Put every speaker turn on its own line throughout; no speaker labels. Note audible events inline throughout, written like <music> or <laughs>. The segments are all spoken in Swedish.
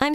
I'm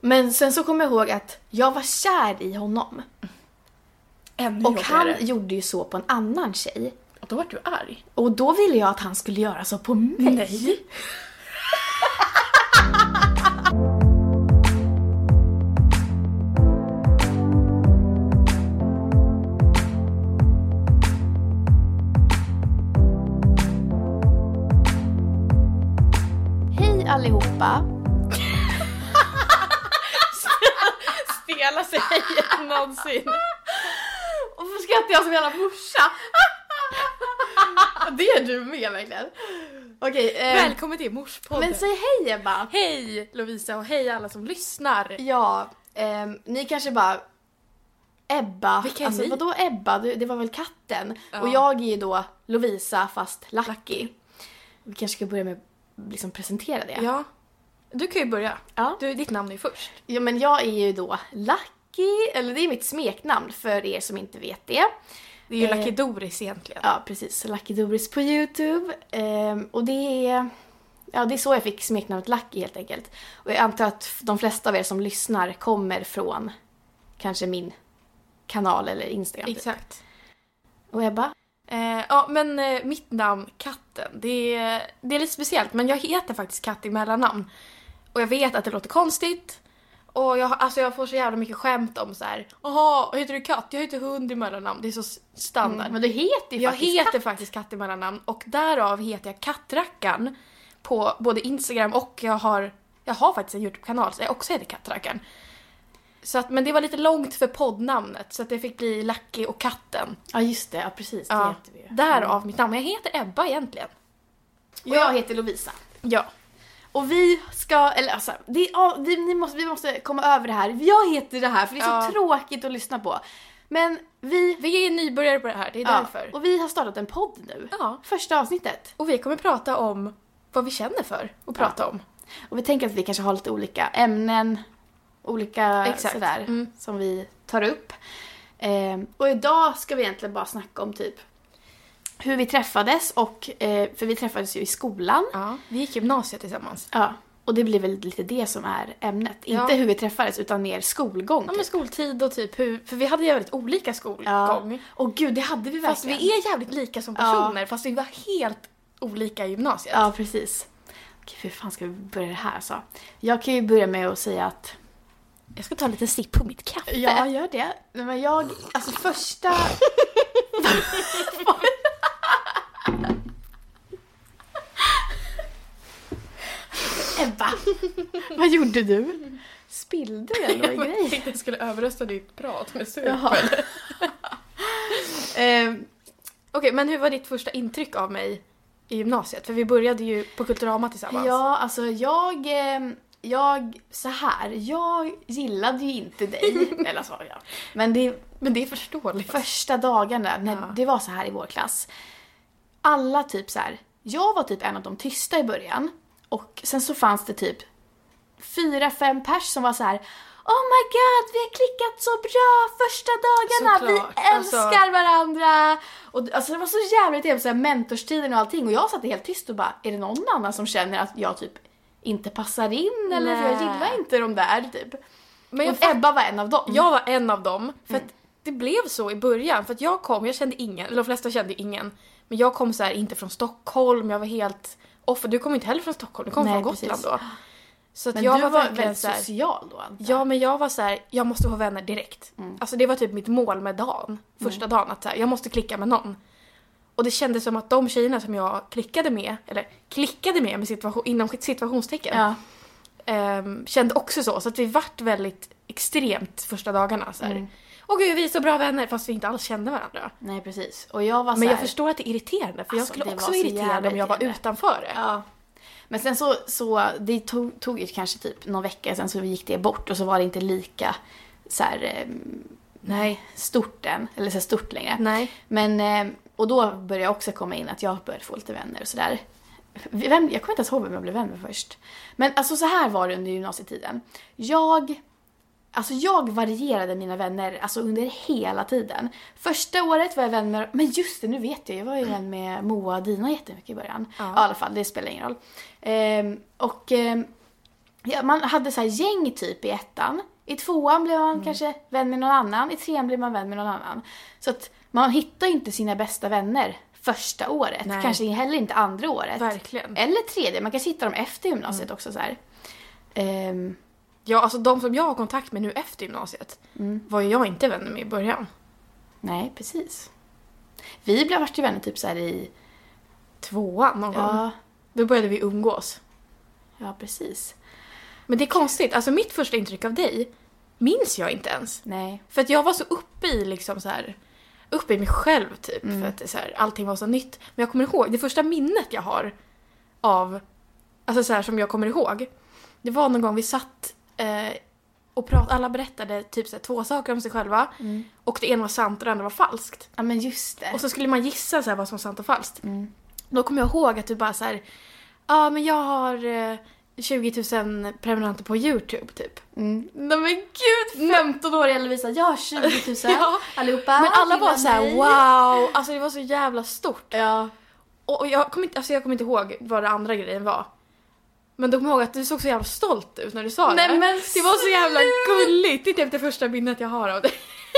Men sen så kommer jag ihåg att jag var kär i honom.
Ännu
Och
jobbigare.
han gjorde ju så på en annan tjej.
Och då vart du arg.
Och då ville jag att han skulle göra så på mig.
Nej.
Hej allihopa!
Stela sig
<laughs>
någonsin.
Varför skrattar jag som en jävla morsa? <laughs> Det är du med verkligen. Okej, eh,
Välkommen till Morspodden.
men säg hej Ebba.
hej Lovisa och hej alla som lyssnar.
Ja, ehm, ni kanske bara Ebba,
Vilka är
alltså
vi?
vadå Ebba? Du, det var väl katten?
Ja.
Och jag är ju då Lovisa fast Lucky. Vi kanske ska börja med att liksom presentera det.
Ja. Du kan ju börja.
Ja.
Du, ditt namn är ju först.
Ja, men jag är ju då Lucky, eller det är mitt smeknamn för er som inte vet det.
Det är ju
Eh.
Lucky Doris egentligen.
Ja, precis. Lucky Doris på Youtube. Ehm, och det är... Ja, det är så jag fick smeknamnet Lucky helt enkelt. Och jag antar att de flesta av er som lyssnar kommer från kanske min kanal eller Instagram. typ.
Exakt.
Och Ebba?
Eh, ja, men eh, mitt namn, Katten, det är, det är lite speciellt men jag heter faktiskt Katt i mellannamn. Och jag vet att det låter konstigt. Och jag, har- alltså jag får så jävla mycket skämt om så här. Jaha, heter du Katt? Jag heter Hund i mellannamn. Det är så s- standard.
Mm, Men du heter ju
jag
faktiskt
heter faktiskt Katt i mellannamn och därav heter jag Kattrackaren på både Instagram och jag har, jag har faktiskt en Youtube-kanal så jag också heter Kattrackaren. Så att, men det var lite långt för poddnamnet så att det fick bli Lucky och Katten.
Ja, just det. Ja, precis. Det
Ja,
heter vi ju. Mm.
därav mitt namn. Men jag heter Ebba egentligen.
Och jag heter Lovisa.
Ja.
Och vi ska, eller alltså, det, ja, vi, ni måste, vi måste komma över det här. Jag heter det här för det är så
Ja.
tråkigt att lyssna på. Men vi...
Vi är nybörjare på det här, det är
Ja,
därför.
och vi har startat en podd nu.
Ja.
Första avsnittet.
Och vi kommer prata om vad vi känner för att prata om.
Och vi tänker att vi kanske har lite olika ämnen, olika
Exakt.
sådär,
Mm.
som vi tar upp. Ehm, och idag ska vi egentligen bara snacka om typ hur vi träffades och, eh, för vi träffades ju i skolan.
Ja. Vi gick gymnasiet tillsammans.
Ja, och det blir väl lite det som är ämnet.
Ja.
Inte hur vi träffades utan mer skolgång. typ.
Ja men skoltid och typ hur, för vi hade ju väldigt olika skolgång.
Och gud, det hade vi verkligen.
Fast vi är jävligt lika som
Ja.
personer fast vi var helt olika i gymnasiet.
Ja, precis. Okej, hur fan ska vi börja det här alltså? Jag kan ju börja med att säga att...
Jag ska ta en liten sipp på mitt kaffe.
Ja, gör det. Nej, Men jag, alltså första... <laughs> Ebba, vad gjorde du? <laughs> Spillde du eller vad är grejen?
tänkte <laughs> jag skulle överrösta ditt prat med supen.
Jaha.
Okej, <laughs>
Eh,
Ehm, men hur var ditt första intryck av mig i gymnasiet? För vi började ju på Kulturama tillsammans.
Ja, alltså jag... ehm, Jag, så här, jag gillade ju inte <laughs> dig. Eller så, ja. Men det,
Men det är förståeligt.
första dagarna, när
Ja.
det var så här i vår klass. Alla typ så här, jag var typ en av de tysta i början. Och sen så fanns det typ fyra, fem pers som var så här. Oh my god, vi har klickat så bra första dagarna, vi
Såklart, alltså.
älskar varandra! Och d- alltså det var så jävla trevligt, så här, mentorstiden och allting. Och jag satt helt tyst och bara, är det någon annan som känner att jag typ inte passar in eller för jag
Nej.
gillar inte de där typ.
Men jag Mm.
och Ebba var en av dem.
Jag var en av dem. För att det blev så i början. För att jag kom, jag kände ingen, eller de flesta kände ju ingen. Men jag kom så här inte från Stockholm, jag var helt off. Och Du kom inte heller från Stockholm, du kom
Nej,
från Gotland
precis.
då. Så att
Men
jag
du
var,
var
verkligen
väldigt
så här,
social då antar jag.
Ja men jag var så här, jag måste få vänner direkt.
Mm.
Alltså det var typ mitt mål med dagen. Första dagen att så här, jag måste klicka med någon. Och det kändes som att de tjejerna som jag klickade med, eller klickade med, med situation, inom situationstecken.
Ja.
ehm, kände också så. Så att vi vart väldigt extremt första dagarna. Så här.
Mm.
Åh gud, vi är så bra vänner fast vi inte alls kände varandra.
Nej precis. Och jag var så
Men jag
här-
förstår att det är irriterande
Alltså,
för jag
det
skulle
var
också vara
så jävla
irriterad om jag var
irriterande.
utanför det.
Ja. Men sen så, så det tog, tog ju kanske typ någon vecka, sen så gick det bort och så var det inte lika så här, eh, nej, stort än, eller så här stort längre.
Nej.
Men, eh, och då började jag också komma in att jag började få lite vänner och sådär. Vem, jag kommer inte ens ihåg vem jag blev vän med först. Men alltså så här var det under gymnasietiden. Jag, alltså jag varierade mina vänner alltså under hela tiden. Första året var jag vän med, men just det nu vet jag, jag var ju vän med Moa och Dina jättemycket i början. Ja. I alla fall, det spelar ingen roll. Ehm, och ehm, ja, man hade så här gäng typ i ettan. I tvåan blev man
Mm.
kanske vän med någon annan, i trean blev man vän med någon annan. Så att man hittar ju inte sina bästa vänner första året,
Nej.
kanske heller inte andra året.
Verkligen. Mm.
Eller tredje, man kanske hittar dem efter gymnasiet också så här. Ehm,
Ja, alltså de som jag har kontakt med nu efter gymnasiet
Mm.
var ju jag inte vänner med i början.
nej, precis. Vi blev vart ju vänner typ så här i...
Tvåan någon gång.
Ja,
Då började vi umgås.
ja precis.
Men det är konstigt, alltså mitt första intryck av dig minns jag inte ens.
Nej.
För att jag var så uppe i liksom så här uppe i mig själv typ. För att det är så här, allting var så nytt. Men jag kommer ihåg, det första minnet jag har av, alltså så här som jag kommer ihåg. Det var någon gång vi satt eh, och pratade, alla berättade typ så här, två saker om sig själva. Och det ena var sant och det andra var falskt.
Ja men just det.
Mm. Och så skulle man gissa så här vad som var sant och falskt.
Mm.
Då kommer jag ihåg att du bara så här, ja ah, men jag har eh, 20 000 prenumeranter på YouTube typ.
Nej men gud! 15-åriga Lovisa, jag har 20 000 <laughs>
Ja.
allihopa.
Men alla
gillar
var så här
mig.
wow, alltså det var så jävla stort.
Ja.
Och, och jag kommer inte, alltså jag kommer inte ihåg vad det andra grejen var. Men då kommer jag ihåg att du såg så jävla stolt ut när du sa
Nej,
det.
men
det var så jävla
sluta!
gulligt. Det är typ det första minnet jag har av dig.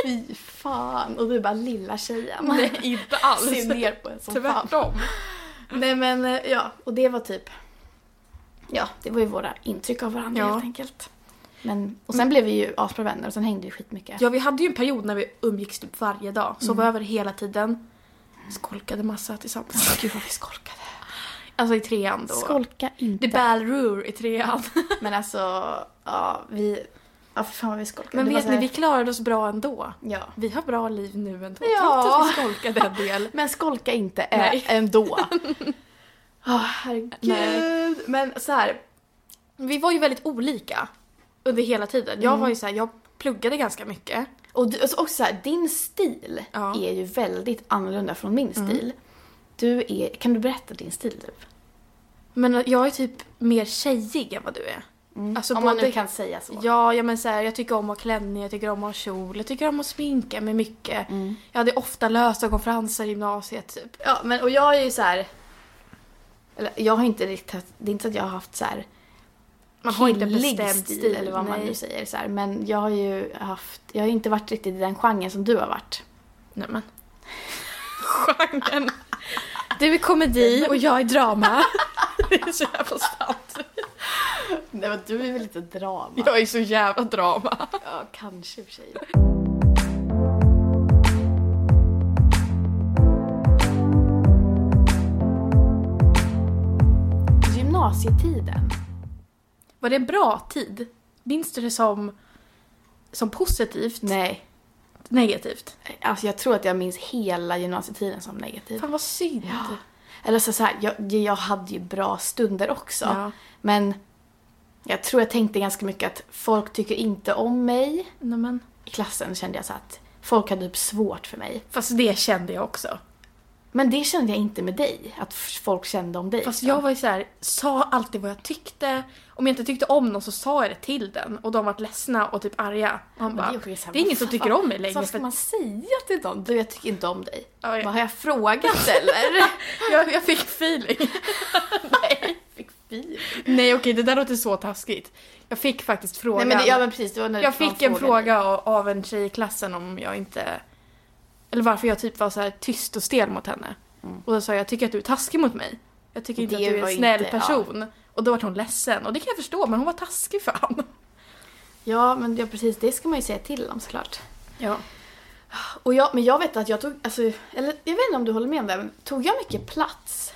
Fy fan. Och du bara lilla tjejen.
Nej, <laughs> inte alls.
<laughs> Ser ner på en som fan.
Tvärtom.
Nej men eh, ja, och det var typ... Ja, det var ju våra intryck av varandra
Ja.
helt enkelt. Men, och sen blev vi ju asbra vänner och sen hängde vi skitmycket.
Ja, vi hade ju en period när vi umgicks typ varje dag. Sov
Mm.
över hela tiden. Skolkade
<laughs>
massa tillsammans. Gud vad vi skolkade. Alltså i trean då.
Skolka
The
inte.
Ball Rur
<laughs>
i trean.
men alltså, ja vi... Ja för fan vad vi skolkade.
Men
Det var
vet
så
ni,
här-
vi klarade oss bra ändå.
Ja.
Vi har bra liv nu ändå.
Ja.
Trots att vi skolkade en
<laughs>
del.
Men skolka inte ä-
Nej.
<laughs> ändå. Åh herregud.
Nej.
Men så här,
Vi var ju väldigt olika under hela tiden. Jag
Mm.
var ju så här, jag pluggade ganska mycket.
Och du, alltså också så här, din stil
Ja.
är ju väldigt annorlunda från min stil. Du är, kan du berätta din stil typ?
Men jag är typ mer tjejig än vad du är. Alltså
Mm. Om man nu kan säga så.
Ja, ja men så här, jag tycker om att ha klänning, jag tycker om att ha kjol, jag tycker om att sminka mig mycket. Jag hade ofta lösögonfransar i gymnasiet typ.
Ja, men och jag är ju så här. Eller jag har inte riktigt, haft- det är inte så att jag har haft så här
Man har inte en
killig
bestämd
stil, eller vad man
nej.
nu säger så här. Men jag har ju haft, jag har ju inte varit riktigt i den genren som du har varit.
Nej men. Genren. Du är komedi och jag är drama. <laughs> Det är så jävla sant.
Nej men du är väl lite drama?
Jag är så jävla drama.
Ja, kanske i och för sig. Gymnasietiden.
Var det en bra tid? Minns du det som, som positivt?
Nej,
Negativt?
alltså jag tror att jag minns hela gymnasietiden som negativ.
Fan vad synd.
Ja. Eller så, så här, jag, jag hade ju bra stunder också.
Ja.
Men jag tror jag tänkte ganska mycket att folk tycker inte om mig.
Nej, men.
I klassen kände jag så att folk hade typ svårt för mig.
Fast det kände jag också.
Men det kände jag inte med dig, att f- folk kände om dig.
Fast
så.
jag var ju så här, sa alltid vad jag tyckte. Om jag inte tyckte om någon så sa jag det till den och de vart ledsna och typ arga. Och han bara,
Men
det
ju
är,
så här,
ingen
vad
som
fan-
tycker om mig längre.
Vad ska
för
man
att
säga till dem? Du, jag tycker inte om dig.
Ja, ja.
Vad har jag frågat eller?
<laughs> jag, jag fick feeling.
Nej, fick feeling.
Nej okej, det där låter så taskigt. Jag fick faktiskt
Nej
frågan.
men, det- ja, men precis, det var när
jag
någon
fick en
frågade
fråga av- av en tjej i klassen om jag inte... Eller varför jag typ var så här tyst och stel mot henne. Och då sa jag, jag tycker att du är taskig mot mig. Jag tycker inte
Det
att du är
var
en snäll
inte- ja.
person. Och då vart hon ledsen. Och det kan jag förstå, men hon var taskig fan.
dig. Ja men ja, precis, det ska man ju säga till dem såklart.
Ja.
Och jag, men jag vet att jag tog, alltså, eller jag vet inte om du håller med om det, men tog jag mycket plats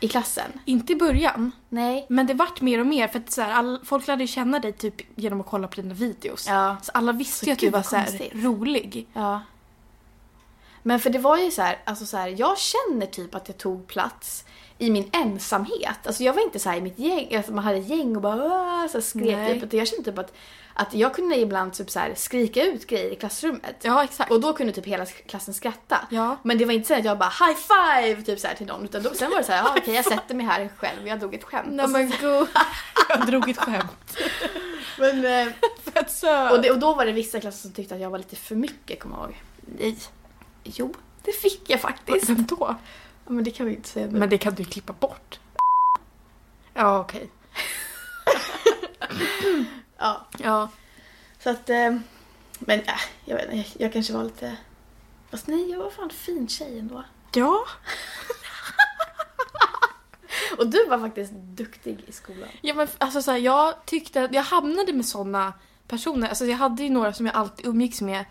i klassen?
Inte i början.
Nej.
Men det vart mer och mer för att så här, all, folk lärde ju känna dig typ genom att kolla på dina videos.
Ja.
Så Alltså, alla visste
Så
ju att du
gud,
var
vad
så här,
konstigt.
rolig.
Ja. Men för det var ju så här, alltså så här, jag känner typ att jag tog plats i min ensamhet. Alltså jag var inte så här i mitt gäng, alltså man hade gäng och bara "Åh", så här skrek
Nej.
typ. Utan jag kände typ att, att jag kunde ibland typ så här skrika ut grejer i klassrummet.
Ja, exakt.
Och då kunde typ hela klassen skratta.
Ja.
Men det var inte så att jag bara high five typ så här till någon. Utan då, sen var det så här, "Ja, okej jag sätter mig här själv, jag drog ett skämt. Alltså,
Nej
Och så-
men gud. <laughs> Jag drog ett <laughs> skämt.
men, eh,
Fett söt.
och, det, och då var det vissa klasser som tyckte att jag var lite för mycket, kommer jag ihåg.
Nej.
Jo, det fick jag faktiskt.
<laughs> Vem då?
Ja, Men det kan vi inte säga nu.
Men det kan du ju klippa bort. Ja, okej.
Ja,
Ja.
så att... eh, Men äh, jag vet inte, jag, jag kanske var lite... Fast nej, jag var fan fin tjej ändå.
Ja.
Och du var faktiskt duktig i skolan.
Ja men alltså så här, jag tyckte att jag hamnade med såna personer. Alltså jag hade ju några som jag alltid umgicks med.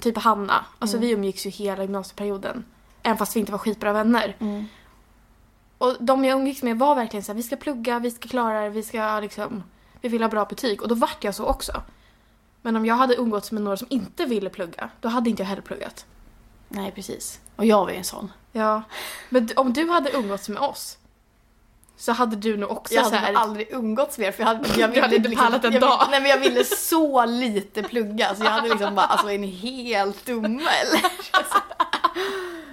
Typ Hanna. Alltså vi umgicks ju hela gymnasieperioden. Även fast vi inte var skitbra vänner.
Mm.
Och de jag umgicks med var verkligen så här, vi ska plugga, vi ska klara det, vi ska liksom, vi vill ha bra betyg. Och då vart jag så också. Men om jag hade umgåtts med några som inte ville plugga, då hade inte jag heller pluggat.
Nej, precis. Och jag var ju en sån.
Ja. Men d- om du hade umgåtts med oss, så hade du nog också
Jag
så
hade
här,
aldrig umgåtts mer för jag hade, jag
Du hade inte pallat en
jag,
dag.
ville- Nej men jag ville så lite plugga så jag hade liksom bara, alltså är ni helt dumma eller? <laughs>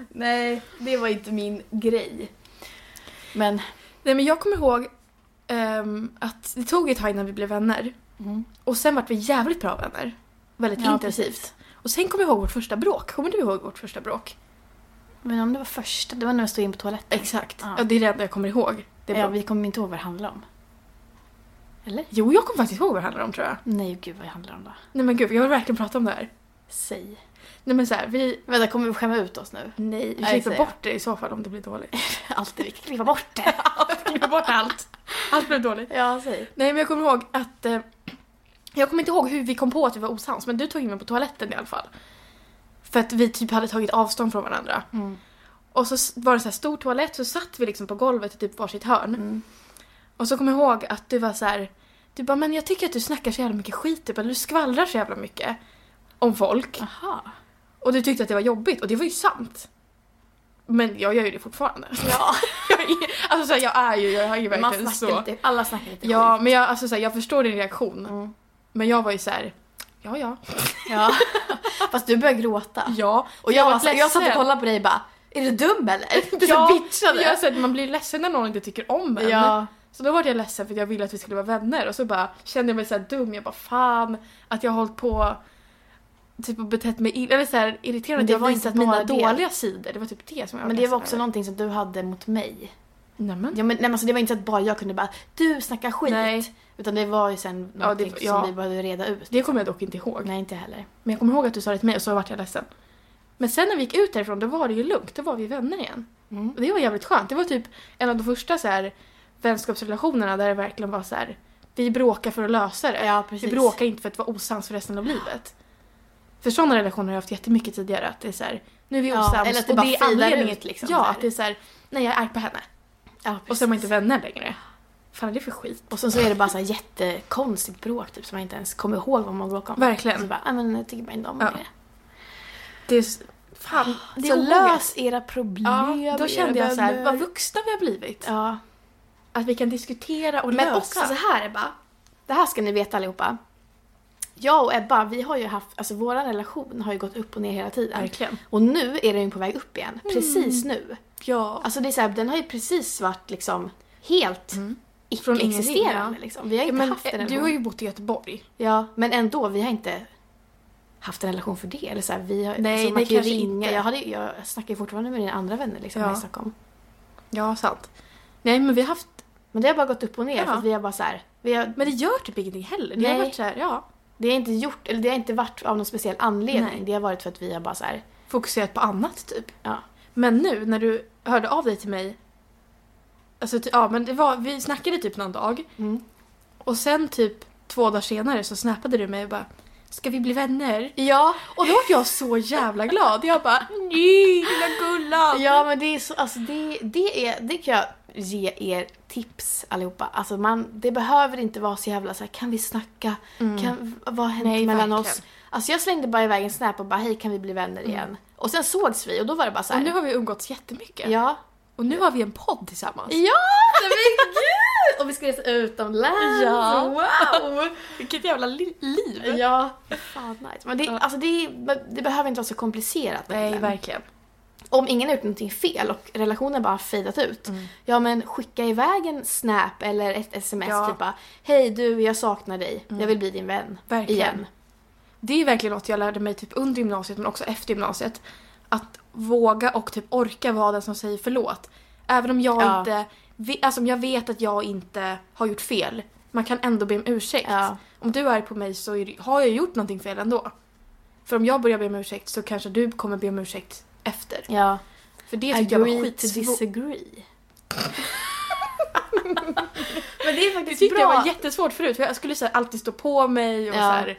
nej, det var inte min grej. Men,
Nej men jag kommer ihåg ehm, att det tog ett tag innan vi blev vänner. Och sen vart vi jävligt bra vänner. Väldigt
Mm. Ja,
intensivt. Och sen kommer jag ihåg vårt första bråk. Kommer du ihåg vårt första bråk?
men om det var första, det var när jag stod in på toaletten.
Exakt.
Ja.
Ja, det är det enda jag kommer ihåg. Det är
Ja,
bra.
vi kommer inte ihåg vad det handlar om. Eller?
Jo, jag kommer faktiskt ihåg vad det handlar om tror jag.
Nej, gud vad det handlar om då.
Nej men gud, jag vill verkligen prata om det här.
Säg.
Nej men såhär, vi...
Vänta, kommer vi skämma ut oss <laughs> nu?
Nej, vi
Nej,
klipper
säger jag.
bort det i så fall om det blir dåligt.
Alltid, vi kan klippa bort <laughs> det.
klipper bort allt. Allt blev dåligt.
ja, säg.
Nej men jag kommer ihåg att... Eh, jag kommer inte ihåg hur vi kom på att vi var osams men du tog in mig på toaletten i alla fall. För att vi typ hade tagit avstånd från varandra.
Mm.
Och så s- var det så här stor toalett så satt vi liksom på golvet i typ varsitt hörn.
Mm.
Och så kommer jag ihåg att du var så här. Du bara men jag tycker att du snackar så jävla mycket skit typ, eller du skvallrar så jävla mycket. Om folk.
Aha.
Och du tyckte att det var jobbigt och det var ju sant. Men jag gör ju det fortfarande.
<laughs> Ja.
Jag är, <laughs> alltså så här, jag är ju, jag är ju
Man <laughs>
verkligen
snackar
så.
lite, alla snackar lite
Ja,
skit.
men jag, alltså, så här, jag förstår din reaktion.
Mm.
Men jag var ju så här. ja ja.
Ja. <laughs> Fast du började gråta.
Ja,
Och jag,
var
var, så- jag satt och
ledsen.
kollade på dig och bara, är du dum eller? Du
Ja,
ja, bitchade.
jag, så här, man blir ledsen när någon inte tycker om en.
Ja.
Så då var jag ledsen för att jag ville att vi skulle vara vänner och så bara kände jag mig så här dum. Jag bara fan att jag har hållit på typ och betett mig illa eller så här, irriterande.
Men det
jag
var
var inte
inte
mina
bara det.
dåliga sidor. Det var typ det som jag
Men det var också
ledsen
någonting som du hade mot mig.
över. Nämen.
Ja, men, nej, men alltså, det var inte så att bara jag kunde bara, du snackar skit.
Nej.
Utan det var ju sen
Ja,
någonting
det- ja.
som vi behövde reda ut.
Det kommer jag dock inte ihåg.
Nej, inte heller.
Men jag kommer ihåg att du sa det till mig och så vart jag ledsen. Men sen när vi gick ut därifrån då var det ju lugnt, då var vi vänner igen.
Mm.
Och det var jävligt skönt. Det var typ en av de första så här, vänskapsrelationerna där det verkligen var så här. vi bråkar för att lösa det.
Ja, precis.
Eh, Vi bråkar inte för att vara osams för resten av livet. För sådana relationer har jag haft jättemycket tidigare, att det är så här, nu är vi
Ja,
osams
eller att det
och
bara
det är
fejdar
anledningen.
ut liksom, så
ja,
här.
att det är så här, nej jag är arg på henne.
Ja,
Och sen är man inte vänner längre. Fan är det för skit?
Och sen så är det bara så här jättekonstigt bråk typ som man inte ens kommer ihåg vad man bråkade om.
Verkligen.
Så bara, "Ah, men jag tycker bara inte om
Ja.
det.
Det är, s- fan, Ah, det är
Så
obehagligt.
lös era problem.
Ja, då kände jag så här, vad vuxna vi har blivit.
Ja.
Att vi kan diskutera och
Men
lösa.
också så här Ebba. Det här ska ni veta allihopa. Jag och Ebba, vi har ju haft, alltså vår relation har ju gått upp och ner hela tiden.
Verkligen. Mm.
Och nu är den ju på väg upp igen. Precis nu.
Ja.
Alltså det är så här, den har ju precis varit liksom helt
Mm. Från
icke-existerande
ingenting, ja.
liksom. Vi har inte
men,
haft en
eh,
relation.
du har ju bott i Göteborg.
Ja, men ändå, vi har inte haft en relation för det. Eller så här, vi har,
Nej,
alltså, man
det
kan ju
kanske
ringa.
inte.
Jag, hade, jag snackar ju fortfarande med dina andra vänner liksom,
Ja.
här i Stockholm.
Ja, sant. Nej, men vi har haft...
Men det har bara gått upp och ner
Ja.
för att vi har bara så här, vi har,
Men det gör typ ingenting heller. Det har
Nej.
varit så här, ja.
det har inte gjort, eller det har inte varit av någon speciell anledning.
Nej.
Det har varit för att vi har bara så här,
Fokuserat på annat typ.
ja.
Men nu när du hörde av dig till mig. Alltså, ty, ja men det var, vi snackade typ någon dag. Och sen typ två dagar senare så snappade du mig och bara Ska vi bli vänner?
Ja,
Och då var jag så jävla glad. Jag bara Nej, lilla gullan!
ja men det är så, alltså det, det är, det kan jag ge er tips allihopa. Alltså man, det behöver inte vara så jävla så här, kan vi snacka? Kan, vad har hänt
Nej,
mellan
verkligen.
oss? Alltså jag slängde bara iväg en snap och bara, hej kan vi bli vänner igen? Och sen sågs vi och då Mm. var det bara så
Och
här,
nu har vi umgåtts jättemycket.
ja.
Och nu har vi en podd tillsammans.
Ja, men gud! <laughs> Och vi ska resa utomlands.
Ja.
<laughs> Wow!
Vilket jävla li- liv!
Ja, fan nice. Men det, alltså det, det behöver inte vara så komplicerat.
Nej,
egentligen.
verkligen.
Om ingen har gjort någonting fel och relationen bara har fejdat ut.
Mm.
Ja men skicka iväg en snap eller ett sms
Ja. Mm.
typ bara Hej du, jag saknar dig. Jag vill bli din vän.
Verkligen.
Igen.
Det är ju verkligen något jag lärde mig typ under gymnasiet men också efter gymnasiet. Att våga och typ orka vara den som säger förlåt. Även om jag
Ja.
inte, ve- alltså om jag vet att jag inte har gjort fel. Man kan ändå be om ursäkt.
Ja.
Om du är arg på mig så är, det- har jag gjort någonting fel ändå. För om jag börjar be om ursäkt så kanske du kommer be om ursäkt efter.
Ja.
För det tycker jag var
Agree to
skitsvårt.
disagree. men det är
Det
faktiskt
tyckte
bra.
jag var jättesvårt förut för jag skulle så här alltid stå på mig och
Ja.
så här.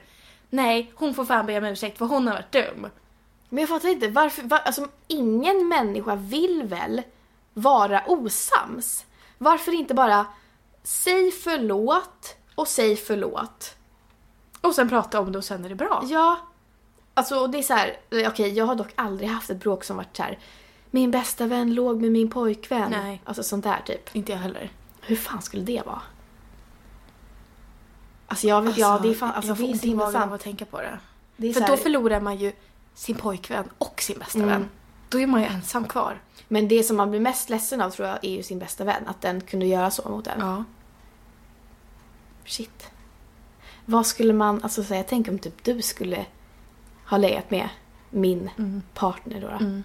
Nej, hon får fan be om ursäkt för hon har varit dum.
Men jag fattar inte varför, var, alltså ingen människa vill väl vara osams? Varför inte bara säg förlåt och säg förlåt?
Och sen prata om det och sen är det bra.
Ja. Alltså och det är så här, eller, okej jag har dock aldrig haft ett bråk som varit så här. min bästa vän låg med min pojkvän.
Nej.
Alltså sånt där typ.
Inte jag heller.
Hur fan skulle det vara? Alltså jag vet, ja det är fan, alltså
jag
det
får
är
ont
så
i
himla
magen av
sant.
att tänka på det.
Det är
För
så
då
här-
förlorar man ju sin pojkvän och sin bästa
Mm.
vän. Då är man ju ensam kvar.
Men det som man blir mest ledsen av tror jag är ju sin bästa vän, att den kunde göra så mot en.
Ja.
Shit. Vad skulle man, alltså säga, tänk om typ du skulle ha legat med min partner då. då.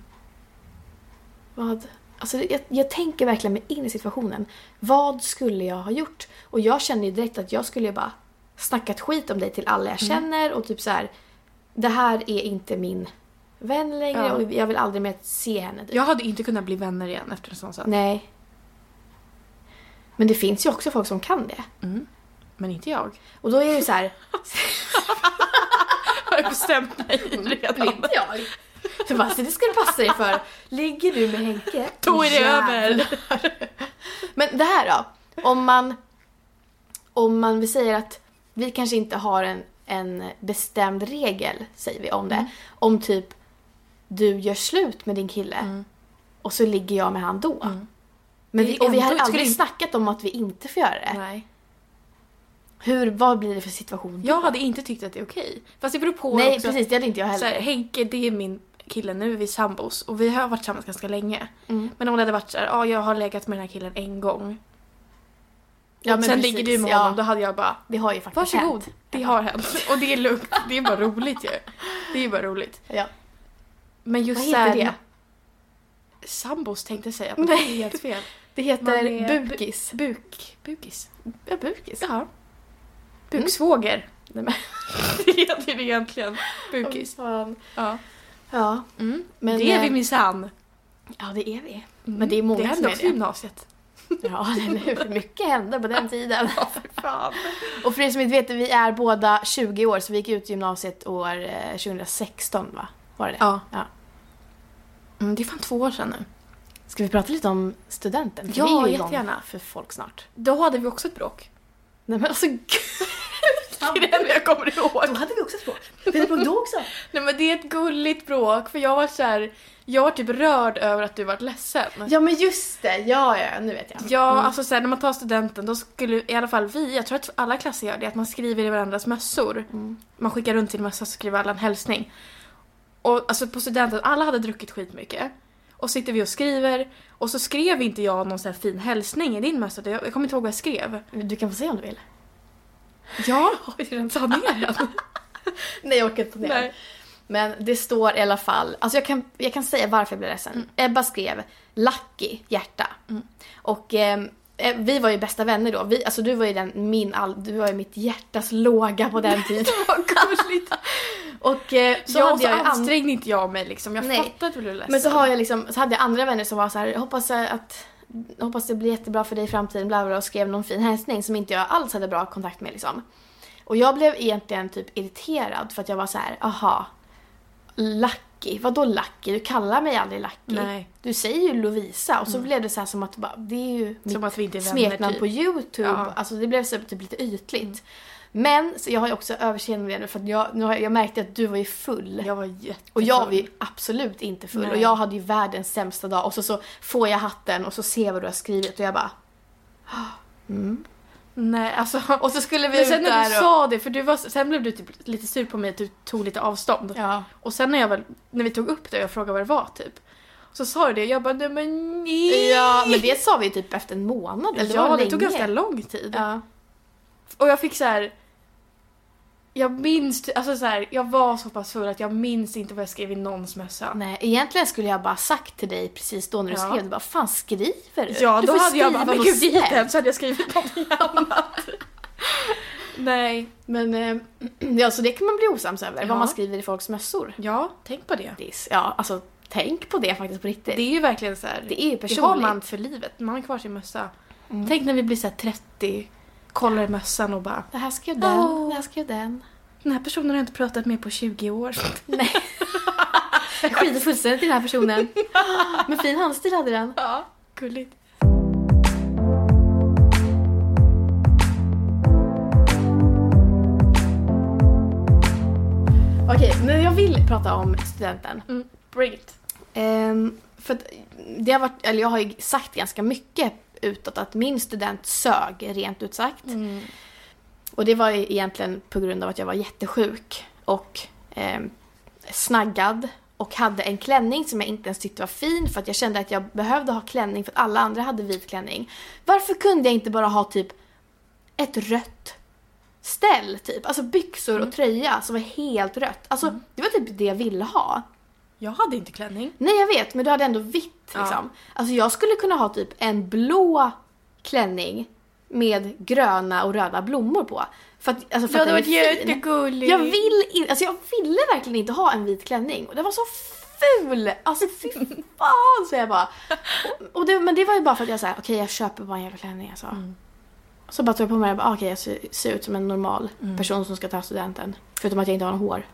Vad, alltså jag, jag tänker verkligen mig in i situationen. Vad skulle jag ha gjort? Och jag känner ju direkt att jag skulle ju bara snackat skit om dig till alla jag känner och typ så här. det här är inte min vän längre
Ja.
och jag vill aldrig mer se henne. typ.
Jag hade inte kunnat bli vänner igen efter en sån sak.
Nej. Men det finns ju också folk som kan det.
Men inte jag. <laughs>
Och då är det ju så här,
Har jag bestämt mig
<laughs> Men
redan?
inte jag. Sebastian, det ska du passa dig för. Ligger du med Henke?
Då är det
Jävlar.
över.
Men det här då. Om man, om man vi säger att vi kanske inte har en, en bestämd regel, säger vi om det.
Mm.
Om typ du gör slut med din kille
Mm.
och så ligger jag med han då. Men vi,
Det är
och vi har
ändå-
aldrig
skulle-
snackat om att vi inte får göra det.
Nej.
Hur, vad blir det för situation då?
Jag hade inte tyckt att det är okej. Fast det beror på
Nej,
också.
precis. Det hade inte jag
Så
heller.
här, Henke, det är min kille nu, är vi sambos och vi har varit tillsammans ganska länge.
Mm.
Men om det hade varit såhär, ja jag har legat med den här killen en gång.
Ja,
och
men
sen
precis.
ligger du med
Ja.
honom, då hade jag bara,
Det har ju faktiskt
varsågod,
hänt.
det har hänt.
<laughs>
Och det är lugnt, det är bara roligt ju. Det är bara roligt.
Ja.
Men just
Vad heter
såhär-
det?
Sambos tänkte jag säga, men
Nej.
det är helt fel.
Det
Man
heter
är-
bukis.
Buk, bukis.
Ja, Mm. bukis.
Ja. Buksvåger. Nej, men, det heter <laughs> det egentligen. Bukis.
Fan.
Ja.
Ja,
Mm.
men,
det är vi
eh,
minsann.
ja, det är vi.
Mm.
Men det är många
det hände
som är
också i
det.
gymnasiet.
Ja, eller hur? Mycket hände på den tiden.
Fan.
Och för er som inte vet, vi är båda 20 år, så vi gick ut gymnasiet år eh, 2016, va? Var det det?
Ja.
ja.
Mm, det är fan två år sedan nu.
Ska vi prata lite om studenten? För
Ja,
vi är ju igång
jättegärna.
för folk snart.
Då hade vi också ett bråk.
Nej men
<laughs>
alltså gud!
Det är det enda jag kommer ihåg.
hade vi också språk. Vi hade språk då också.
Nej men det är ett gulligt bråk för jag var så här, jag var typ rörd över att du vart ledsen.
Ja Mm. men just det, ja ja, nu vet jag.
Ja, alltså sen när man tar studenten då skulle i alla fall vi, jag tror att alla klasser gör det, att man skriver i varandras mössor.
Mm.
Man skickar runt sin mössa så skriver alla en hälsning. Och alltså på studenten, alla hade druckit skitmycket. Och sitter vi och skriver och så skrev inte jag någon sån här fin hälsning i din mössa, jag, jag kommer inte ihåg vad jag skrev.
Du kan få se om du vill.
<laughs> Ja, har ju redan tagit ner den.
Nej jag orkar inte ta ner den.
Nej.
Men det står i alla fall, alltså jag kan, jag kan säga varför jag blev ledsen.
Mm.
Ebba skrev Lucky, hjärta. Och ehm, eh, vi var ju bästa vänner då. Vi, alltså du var ju den, min, all, du var ju mitt hjärtas låga på
<laughs>
den tiden.
Vad gulligt.
<laughs> <laughs> och eh, så
Så jag
hade
så
jag ju an-
ansträngde inte jag mig liksom, jag
Nej.
fattade att du blev ledsen.
Men så, har jag liksom, så hade jag andra vänner som var så här, "Jag hoppas eh, att jag hoppas det blir jättebra för dig i framtiden, bla bla, bla, och skrev någon fin hälsning som inte jag alls hade bra kontakt med liksom. Och jag blev egentligen typ irriterad för att jag var så här, aha, lucky Lucky. Vadå Lucky? Du kallar mig aldrig Lucky.
Nej. Mm.
Du säger ju Lovisa och så blev det så här som att bara, det är ju mitt
Som att vi inte är vänner,
smeknamn
typ.
på YouTube.
Ja. Mm.
Alltså det blev så typ lite ytligt. Men så jag har ju också överseende med det för att jag, nu har jag, jag märkte att du var ju full.
Jag var jättefull.
Och jag var ju absolut inte full
Nej.
och jag hade ju världens sämsta dag och så, så får jag hatten och så ser jag vad du har skrivit och jag bara "Ah." Mm.
Nej, alltså.
och så skulle vi
Men
ut
sen när du
där och...
sa det, för du var, sen blev du typ lite sur på mig att du tog lite avstånd.
Ja.
Och sen när, jag väl, när vi tog upp det och jag frågade vad det var typ. Så sa du det jag bara nej men nej.
ja, men det sa vi typ efter en månad eller
ja,
var
det tog
länge.
ganska lång tid.
Ja.
Och jag fick så här. Jag minns, ty- alltså så här, jag var så pass full att jag minns inte vad jag skrev i någons mössa.
Nej, egentligen skulle jag bara sagt till dig precis då när du
Ja.
skrev, du bara fan skriver du?
Ja,
du
då
får
hade jag
skriva
bara, men
något
gud
snällt."
given, så hade jag skrivit någonting
<laughs>
annat. Nej,
Men eh, <clears throat> ja, så det kan man bli osams över,
Ja.
vad man skriver i folks mössor.
ja, tänk på det.
Diss. Ja, alltså tänk på det faktiskt på riktigt.
Det är ju verkligen så här,
Det är ju
det har
personligt. Mm.
man för livet, man har kvar sin mössa. Tänk när vi blir så här 30, kollar i mössan och bara,
Det här skrev den,
Oh.
det här skrev den.
den här personen har jag inte pratat med på 20 år.
Nej. Jag skiter fullständigt i den här personen. Men fin handstil hade den.
Ja, gulligt.
Okej, men jag vill prata om studenten.
Mm. Bring it.
Ehm, för att det har varit, eller jag har ju sagt ganska mycket utåt att min student sög, rent ut sagt. Och det var ju egentligen på grund av att jag var jättesjuk och ehm, snaggad och hade en klänning som jag inte ens tyckte var fin för att jag kände att jag behövde ha klänning för att alla andra hade vit klänning. Varför kunde jag inte bara ha typ ett rött ställ typ? Alltså byxor och tröja som var helt rött. Alltså det var typ det jag ville ha.
Jag hade inte klänning.
Nej jag vet, men du hade ändå vitt
Ja.
liksom. Alltså jag skulle kunna ha typ en blå klänning med gröna och röda blommor på. För att, alltså, för
Du
att
hade
den
varit
är fin.
jättegullig.
Jag vill in, alltså jag ville verkligen inte ha en vit klänning. Och den var så ful! Alltså <laughs> fy fan så jag bara. Och, och det, men det var ju bara för att jag sa okej jag köper bara en jävla klänning alltså. Så bara tog jag på mig den och bara, ah, okej jag ser, ser ut som en normal person som ska ta studenten. Förutom att jag inte har något hår.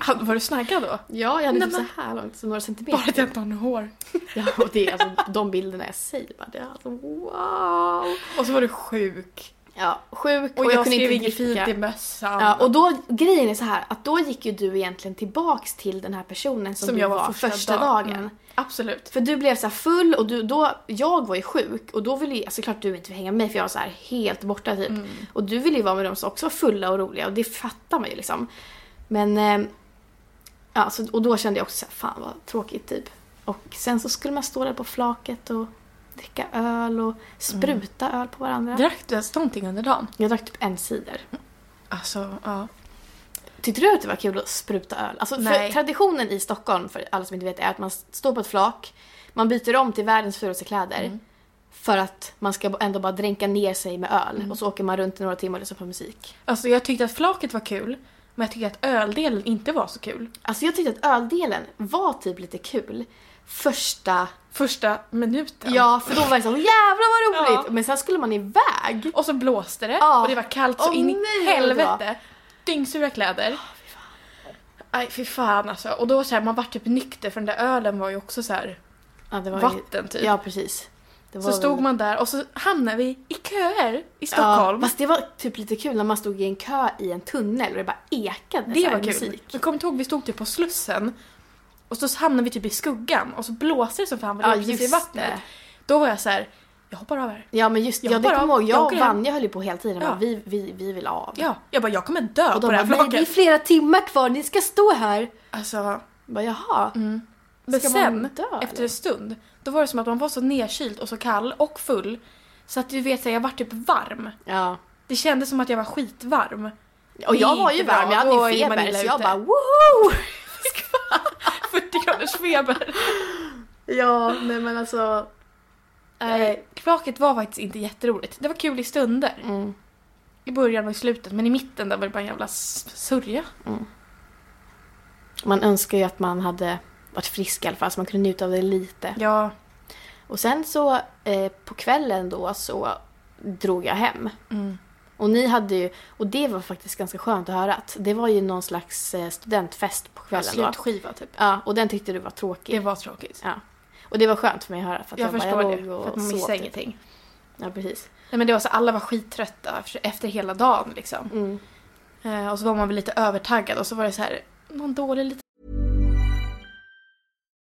Ah, Var du snaggad då?
Ja, jag hade
Nej,
typ
men-
så här långt, så några centimeter.
Bara att jag inte har något hår.
Ja, och det är alltså de bilderna jag säger bara, det är alltså wow.
Och så var du sjuk.
Ja, sjuk
Och, jag, skrev
inte
inget fint
dricka.
i mössan.
Ja, och då, grejen är så här att då gick ju du egentligen tillbaks till den här personen som,
som
du
jag var första,
dagen.
Mm. Absolut.
För du blev så här full och du, då, jag var ju sjuk och då ville ju, alltså klart du inte vill hänga med mig för jag var så här helt borta typ.
Mm.
Och du ville ju vara med dem som också var fulla och roliga och det fattar man ju liksom. Men, eh, ja, så, och då kände jag också så här, fan vad tråkigt typ. Och sen så skulle man stå där på flaket och dricka öl och spruta öl på varandra.
Drack du ens någonting under dagen?
Jag drack typ en cider.
Alltså, ja.
Tyckte du att det var kul att spruta öl? Alltså, för
Nej.
traditionen i Stockholm, för alla som inte vet, är att man står på ett flak, man byter om till världens fulaste kläder
Mm.
för att man ska ändå bara dränka ner sig med öl och så åker man runt i några timmar och lyssnar på musik.
Alltså jag tyckte att flaket var kul, men jag tyckte att öldelen inte var så kul.
Alltså jag tyckte att öldelen var typ lite kul första...
Första minuten.
Ja, för då var det så jävlar vad roligt!
Ja.
Men sen skulle man iväg.
Och så blåste det
Ja.
och det var kallt så
Ah. Åh,
in
nej,
i
vad Ah, det var.
helvete. Dyngsura kläder. Aj fy fan alltså. Och då så här, man var typ nykter för den där ölen var ju också så här.
Ja, det var
Vatten, typ.
Ja, precis. Det var
Så stod
väl-
man där och så hamnade vi i köer i Stockholm.
Ja, fast det var typ lite kul när man stod i en kö i en tunnel och det bara ekade så
Det
här
var kul.
musik.
Men kom ihåg, vi stod typ på Slussen och så hamnade vi typ i skuggan och så blåste det som fan vad
Ja,
det gjorde precis
just
i vattnet.
det.
Då var jag så här, jag hoppar av här.
Ja men just
Jag
ja, det
bara,
kommer jag ihåg. Jag
jag
och
åker hem.
Vanja höll ju på hela tiden
Ja.
bara, vi, vi, vi vill av.
Ja, jag bara jag kommer dö
och
på
de
det
bara,
här
nej det är
flaket.
flera timmar kvar, ni ska stå här. Jag
Alltså,
bara, jaha.
men
Ska man
sen,
dö,
Mm. efter
eller?
en stund, då var det som att man var så nedkyld och så kall och full så att du vet, så här, jag var typ varm.
Ja.
Det kändes som att jag var <laughs> skitvarm.
Och
Det är
jag var ju
inte bra,
varm, jag
då
hade
är
ju
man
feber
illa
så jag
ute. <laughs>
bara woho! <laughs>
40 graders feber.
Ja, nej men alltså.
Nej, flaket var faktiskt inte jätteroligt. Det var kul i stunder.
Mm.
I början och i slutet, men i mitten där var det bara en jävla s- sörja.
Man önskar ju att man hade varit frisk i alla fall så man kunde njuta av det lite.
Ja, Mm,
Och sen så eh, på kvällen då så drog jag hem. Och ni hade ju, och det var faktiskt ganska skönt att höra att det var ju någon slags eh, studentfest på kvällen då.
Slutskiva typ.
Ja, och den tyckte du var tråkig.
Det var tråkigt.
Ja. Och det var skönt för mig att höra för att
Jag
jag,
förstår
bara, jag
det,
låg och
för att man
sov
missar
typ.
ingenting.
Ja, precis.
Nej, men det var så, alla var skittrötta efter- efter hela dagen liksom.
Mm.
Eh, och så var man väl lite övertaggad och så var det så här, någon dålig liten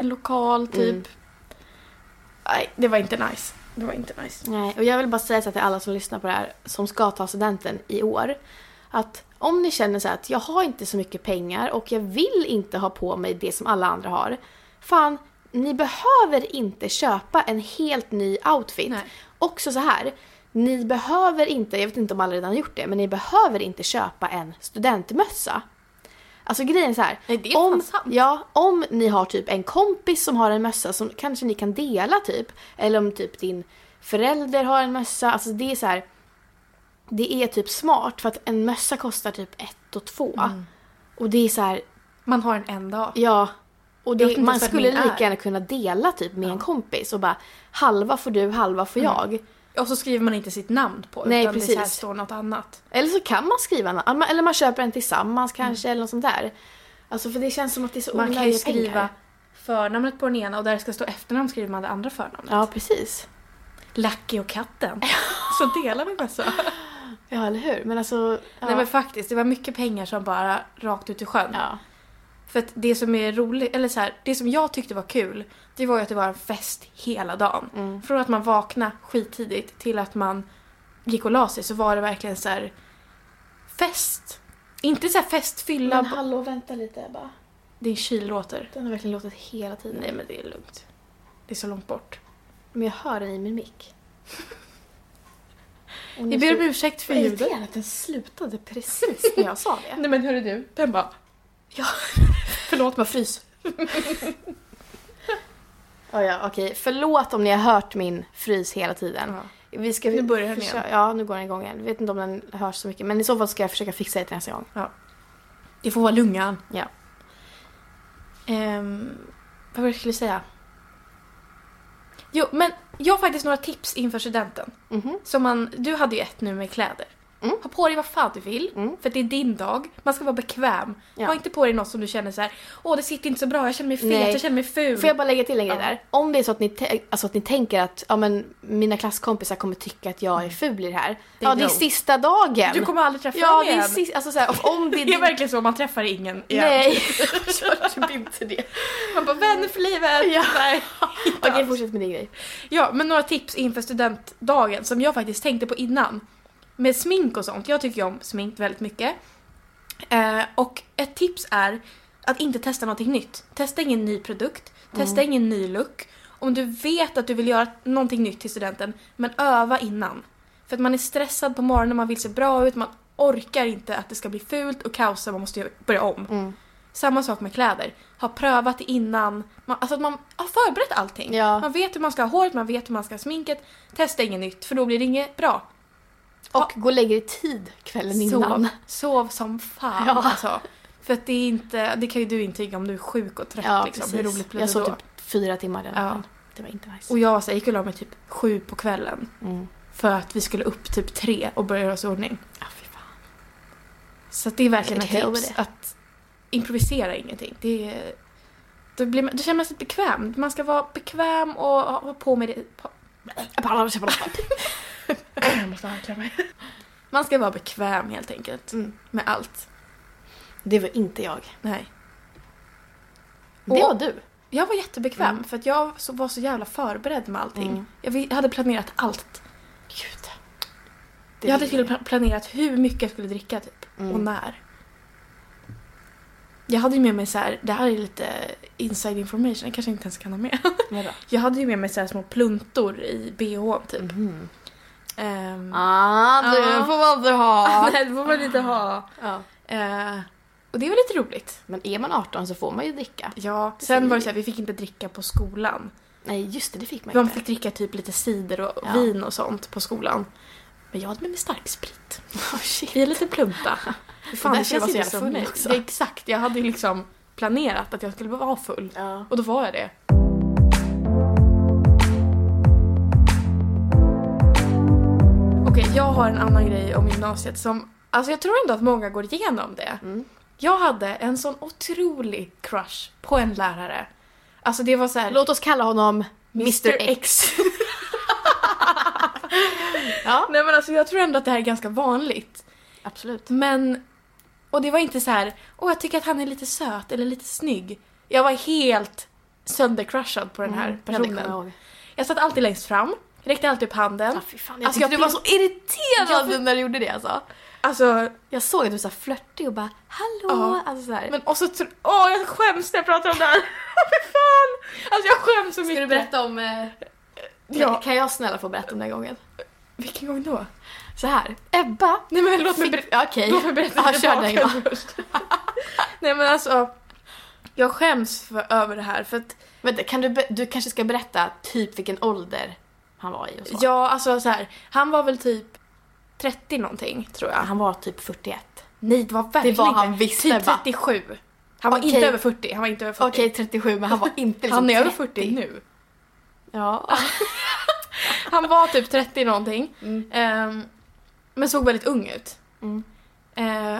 lokal typ. Nej, det var inte nice. Det var inte nice.
Nej, och jag vill bara säga så här till alla som lyssnar på det här som ska ta studenten i år. Att om ni känner så här att jag har inte så mycket pengar och jag vill inte ha på mig det som alla andra har. Fan, ni behöver inte köpa en helt ny outfit.
Nej.
Också så här, ni behöver inte, jag vet inte om alla redan har gjort det, men ni behöver inte köpa en studentmössa. Alltså grejen är så här.
Nej, det är fan
om,
sant.
Ja, om ni har typ en kompis som har en mössa som kanske ni kan dela typ. Eller om typ din förälder har en mössa. Alltså det är så här. Det är typ smart för att en mössa kostar typ ett och två.
Mm.
Och det är så här,
Man har en en dag.
ja. Och
Jag vet
det,
inte
man
ens vad
skulle
min är.
lika gärna kunna dela typ med en kompis och bara halva får du, halva får
Mm.
jag.
Och så skriver man inte sitt namn på
Nej,
utan det så här
precis.
står något annat.
Eller så kan man skriva en, ja, man- eller man köper en tillsammans kanske eller något sånt där. Alltså för det känns som att det är så
Mm. Man kan ju
onödiga pengar.
skriva förnamnet på den ena och där det ska stå efternamn skriver man det andra förnamnet.
Ja, precis.
Lucky och katten. <laughs> så delar vi mössa.
Ja, eller hur? Men alltså... Ja.
Nej men faktiskt, det var mycket pengar som bara rakt ut i sjön.
ja.
För att det som är roligt, eller så här, det som jag tyckte var kul, det var ju att det var en fest hela dagen.
Mm.
Från att man vaknade skittidigt till att man gick och la sig så var det verkligen så här fest. Inte så här festfylla.
Men hallå, vänta lite bara.
Din kyl låter.
Den har verkligen låtit hela tiden.
Nej men det är lugnt. Det är så långt bort.
Men jag hör den i min
<laughs>
mick. Och
Jag ber om ursäkt för
Jag Mm. är
ljudet.
irriterad att den slutade precis när jag sa det.
<laughs> Nej men hörru du, den bara... Ja. Förlåt men frys.
<laughs> Ja, ja, okej. Förlåt om ni har hört min frys hela tiden. Vi ska
Nu börjar den igen.
Ja, nu går den igång igen. Jag vet inte om den hörs så mycket. Men i så fall ska jag försöka fixa det till nästa gång.
Ja. Det får vara lungan.
Ja.
Ehm, vad var det jag skulle säga? Jo, men jag har faktiskt några tips inför studenten. Som man, du hade ju ett nu med kläder.
Mm.
Ha på dig vad fan du vill, för det är din dag. Man ska vara bekväm.
Ja.
Ha inte på dig något som du känner så här. åh det sitter inte så bra, jag känner mig fet,
Nej.
jag känner mig ful.
Får jag bara lägga till en grej
Ja.
där? Om det är så att ni, te- alltså att ni tänker att ja, men, mina klasskompisar kommer tycka att jag är
Mm.
ful i det här. ja, det är
don't.
sista dagen.
Du kommer aldrig träffa
ja,
dem
det är
igen.
sista, alltså, så här, om det är
<laughs> Det är
din
verkligen så, man träffar ingen igen. <laughs>
Nej.
jag typ inte det. Man bara, vänner för livet.
Ja.
Nej.
<laughs> Okej, fortsätt med din grej.
Ja, men några tips inför studentdagen som jag faktiskt tänkte på innan. Med smink och sånt. Jag tycker ju om smink väldigt mycket. Eh, och ett tips är att inte testa någonting nytt. Testa ingen ny produkt. Testa ingen ny look. Om du vet att du vill göra någonting nytt till studenten, men öva innan. För att man är stressad på morgonen, man vill se bra ut, man orkar inte att det ska bli fult och kaos så man måste ju börja om. Samma sak med kläder. Ha prövat det innan. Man, alltså att man har förberett allting.
Ja.
Man vet hur man ska ha håret, man vet hur man ska ha sminket. Testa inget nytt för då blir det inget bra.
Och gå och lägg dig i tid kvällen innan.
Sov, sov som fan
Ja.
alltså. För att det är inte, det kan ju du intyga om du är sjuk och trött
Ja,
liksom.
precis.
Hur roligt blir
jag
det
sov
då?
typ fyra timmar den
Ja.
natten. Det var inte nice. Mm.
Och jag var så här, gick och la mig typ sju på kvällen. För att vi skulle upp typ tre och börja göra oss i ordning.
Ja, fy fan.
Så att det är verkligen ett
Jag tror
tips.
det.
Att improvisera ingenting. Det är, då, blir man, då känner
<clears throat>
man sig bekväm. Man ska vara bekväm och ha ha på med det. på- Jag måste harkla mig. Man ska vara bekväm helt enkelt.
Mm.
Med allt.
Det var inte jag.
Nej.
Det
Och-
var du.
Jag var jättebekväm för att jag så, var så jävla förberedd med allting. Jag, vi- jag hade planerat allt.
Gud. Det
Jag hade
vill
till och med planerat hur mycket jag skulle dricka typ.
Mm.
Och när. Jag hade ju med mig så här, det här är lite inside information, jag kanske inte ens kan ha med. <laughs>
Vadå?
Jag hade ju med mig så här små pluntor i bhn typ.
Mm-hmm.
Ehm,
Ah,
du får
man inte
<laughs>
ha.
Nej, det får man inte ha.
ja.
Eh, och det var lite roligt.
Men är man 18 så får man ju dricka.
Ja, sen var det så här, vi fick inte dricka på skolan.
Nej, just det, det fick man
Man
inte.
fick dricka typ lite cider och
Ja.
vin och sånt på skolan. Men jag hade med mig starksprit.
<laughs> Oh, shit.
Vi är lite plumpa. <laughs> Fan,
där
det,
skulle
känns
jag
inte
vara så jävla
som
full
mig.
också.
Ja, exakt, jag hade ju liksom planerat att jag skulle vara full.
Ja.
Och då var jag det. Okej, jag har en annan grej om gymnasiet som... Alltså jag tror ändå att många går igenom det. Jag hade en sån otrolig crush på en lärare. Alltså det var så här...
Låt oss kalla honom Mr
<laughs>
X. Ja.
Nej men alltså jag tror ändå att det här är ganska vanligt.
Absolut.
Men... Och det var inte så här, åh jag tycker att han är lite söt eller lite snygg. Jag var helt söndercrushad på den här personen.
Mm, jag ihåg.
Jag satt alltid längst fram, räckte alltid upp handen.
Ja, fy fan, jag
Alltså,
tyckte
jag
du var
blev-
så irriterad
Jag blev-
när du gjorde det alltså.
Alltså,
Jag såg att du var så här flörtig och bara hallå.
Ja.
Alltså, så här.
men och så tr- Åh, jag skäms när jag pratar om det här! <laughs> Fy fan! Alltså jag skäms så mycket.
Ska du berätta om... Eh,
Ja.
Kan jag snälla få berätta om den gången?
Vilken gång då?
Så här, Ebba.
Nej men låt mig,
fick-
ber-
Okej.
låt mig berätta
Ja,
lite
kör den
bakgrund
då.
först. <laughs> Nej men alltså, jag skäms för, över det här för att
Vänta, kan du, be- du kanske ska berätta typ vilken ålder han var i och så.
Ja, alltså så här. Han var väl typ 30 någonting tror jag.
Han var typ 41.
nej, det var verkligen
var han
inte.
visst,
Typ
Ebba.
37. Han var
Okej.
inte över 40. Han var inte över 40.
Okej, 37 men han var inte liksom
<laughs> han är över
30.
40 nu. <laughs>
Ja.
Han var typ 30 någonting.
Mm.
Ehm, men såg väldigt ung ut. Eh,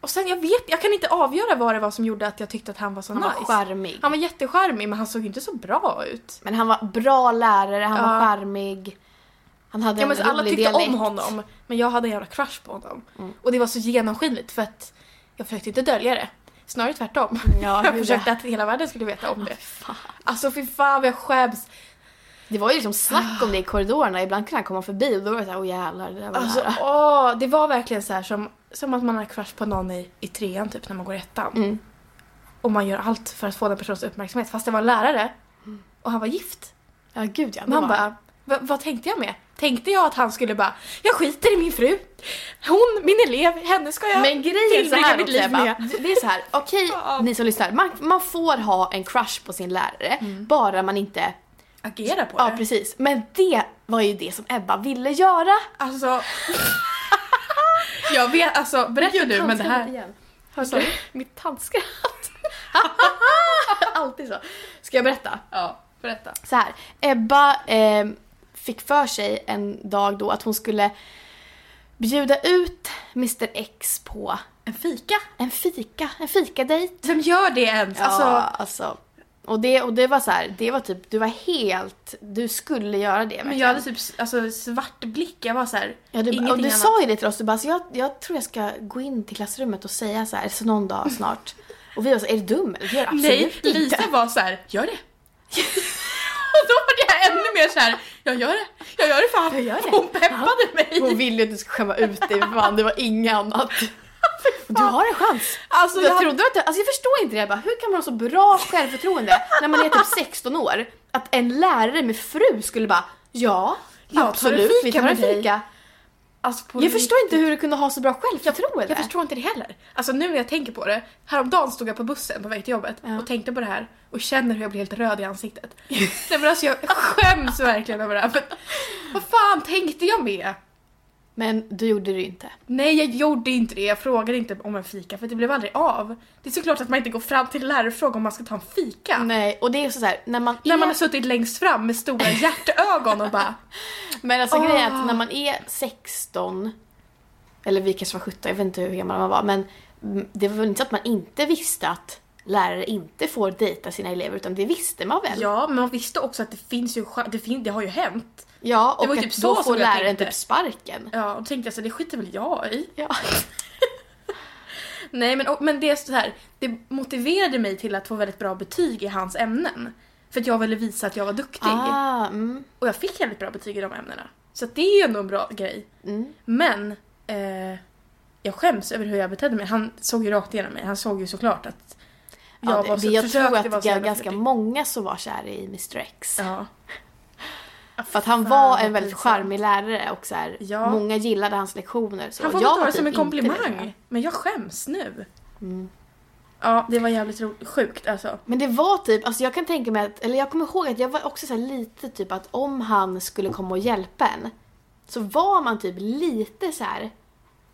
och sen jag vet, jag kan inte avgöra vad det var som gjorde att jag tyckte att han var så
Han var
nice.
charmig.
Han var jättecharmig men han såg inte så bra ut.
Men han var bra lärare, han var
Ja.
charmig. Han hade
Ja, men
en
alla
rolig
tyckte
dialekt. Mm.
om honom, men jag hade en jävla crush på honom. Och det var så genomskinligt för att jag försökte inte dölja det. Snarare tvärtom. <laughs>
Ja,
jag
hur
försökte
det?
att hela världen skulle veta om det. Alltså fy fan vad jag skäms.
Det var ju liksom snack om det i
<gasps>
korridorerna. Ibland kunde han komma förbi och då var det såhär, åh jävlar, det där var
Alltså
nära.
åh, det var verkligen så här som, som att man har crush på någon i, i trean typ när man går i ettan.
Mm.
Och man gör allt för att få den personens uppmärksamhet fast det var en lärare.
Mm.
Och han var gift.
Ja gud ja. det
Men han
var-
bara, "Va- vad tänkte jag med? Tänkte jag att han skulle bara, jag skiter i min fru. Hon, min elev, henne ska jag
Men grejen är så här
mitt
också,
liv
Ebba.
med.
Det är så
<laughs>
här, okej
Ja.
ni som lyssnar. Man, man får ha en crush på sin lärare,
Mm.
bara man inte...
Agera på
Ja
det.
precis. Men det var ju det som Ebba ville göra. <laughs>
Alltså. jag vet, alltså berätta du men det här. <laughs>
Igen. Hörde du? Mitt tandskratt. Alltid så. Ska jag berätta?
Ja, berätta.
Så här, Ebba eh, fick för sig en dag då att hon skulle bjuda ut Mr X på
En fika?
en fika, en fikadejt.
Vem gör det ens?
Alltså,
Alltså,
alltså. Och det, och det var så här, det var typ, du var helt, du skulle göra det
men jag hade typ alltså, svart blick, jag var såhär,
Ja, du,
ingenting
och du
annat.
sa ju det till oss, du bara, så jag, jag tror jag ska gå in till klassrummet och säga så här, så någon dag snart. Och vi var så är du dum eller? Det gör du
Nej,
absolut inte.
Lisa var så här, gör det. <laughs> och då var jag ännu mer så här, jag gör det, jag gör det fan.
Jag gör det.
Hon peppade
<laughs>
mig.
Hon ville ju att du skulle skämma ut dig, för fan det var inget annat. Och Du har en chans.
Alltså,
jag,
jag-
trodde att, jag- alltså jag förstår inte det, jag bara, hur kan man ha så bra självförtroende när man är typ 16 år? Att en lärare med fru skulle bara, ja,
Jag tar en
absolut, vi
fika
tar en
med dig."
fika.
Alltså, på
Jag
riktigt.
förstår inte hur du kunde ha så bra självförtroende.
Jag förstår inte det heller. Alltså nu när jag tänker på det. Häromdagen stod jag på bussen på väg till jobbet och tänkte på det här och känner hur jag blir helt röd
<laughs>
i ansiktet. Nej men alltså jag skäms verkligen över det här. Men, vad fan tänkte jag med?
Men du gjorde det ju inte.
Nej jag gjorde inte det, jag frågade inte om en fika för det blev aldrig av. Det är såklart att man inte går fram till lärare och frågar om man ska ta en fika.
Nej, och det är så här, när man
När
är...
man har suttit längst fram
<laughs>
med stora hjärtögon och bara
Men alltså
Åh.
grejen är att när man är 16, eller vi kanske var 17, jag vet inte hur gammal man var, men mm, det var väl inte så att man inte visste att lärare inte får dejta sina elever utan det visste man väl?
Ja, men man visste också att det finns ju chans- det, fin- det har ju hänt.
Ja,
Det
och
var ju
att
typ så
då
som
får
jag
läraren
tänkte.
typ sparken.
Ja, och då tänkte jag så här, det skiter väl jag i. <laughs>
Ja.
Typ. Nej, men, och, men det är så här, det motiverade mig till att få väldigt bra betyg i hans ämnen. För att jag ville visa att jag var duktig.
Ah, mm.
Och jag fick väldigt bra betyg i de ämnena. Så att det är ju ändå en bra grej.
Mm.
Men eh, jag skäms över hur jag betedde mig. Han såg ju rakt igenom mig. Han såg ju såklart att
Ja,
jag
det-
var
det-
så,
jag
försökte
tror att
vara
det
så
var
jävla
ganska
flörtig.
många som var kära i Mr X.
Ja.
<laughs> För att han
Fan,
var
vad
en väldigt
pinsamt.
charmig lärare och så här,
Ja.
många gillade hans lektioner. Så
Han får
jag
väl ta
var
det som
typ
en
inte det. Mm.
komplimang. Men jag skäms nu. Ja, det var jävligt ro- sjukt alltså.
Men det var typ, alltså jag kan tänka mig att, eller jag kommer ihåg att jag var också så här lite typ att om han skulle komma och hjälpa en så var man typ lite så här.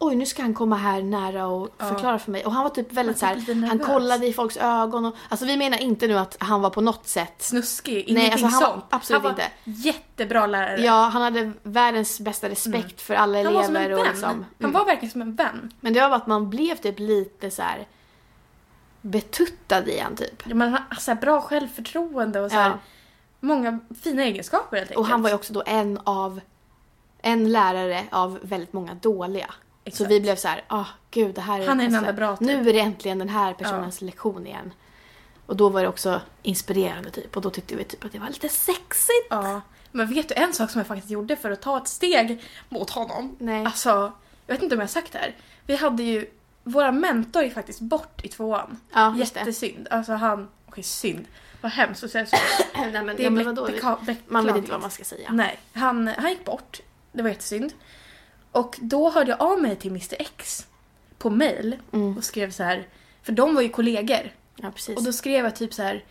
Oj, nu ska han komma här nära och förklara för mig. Och han var typ väldigt så
Man var typ
här,
lite
han
nervös.
kollade i folks ögon och, alltså vi menar inte nu att han var på något sätt
Snuskig, ingenting
alltså, han var
sånt.
absolut
han var
inte.
jättebra lärare.
Ja, han hade världens bästa respekt för alla
Mm. han var som en
elever
vän.
och liksom.
Han var verkligen som en vän.
Men det var bara att man blev typ lite så här betuttad i han typ.
Ja, Men han har så här bra självförtroende och så
Ja.
här, många fina egenskaper helt enkelt.
Och han var ju också då en av en lärare av väldigt många dåliga. Så
Exakt.
vi blev så här, ah gud det här
Han är den
alltså,
enda bra, typ."
Nu är det äntligen den här personens lektion igen. Och då var det också inspirerande typ och då tyckte vi typ att det var lite sexigt.
Ja, men vet du en sak som jag faktiskt gjorde för att ta ett steg mot honom?
Nej.
Alltså, jag vet inte om jag har sagt det här. Vi hade ju, våra mentor gick faktiskt bort i tvåan.
Ja, just det.
Jättesynd. Alltså han, okej synd. Vad hemskt att säga så.
Nej men,
Det
ja,
är
men vadå?
bläck- bläck-
Man vet
beklagligt.
inte vad man ska säga.
Nej, han, han gick bort. Det var jättesynd. Och då hörde jag av mig till Mr X på mail och skrev så här, för de var ju kollegor.
Mm. Ja precis.
Och då skrev jag typ så här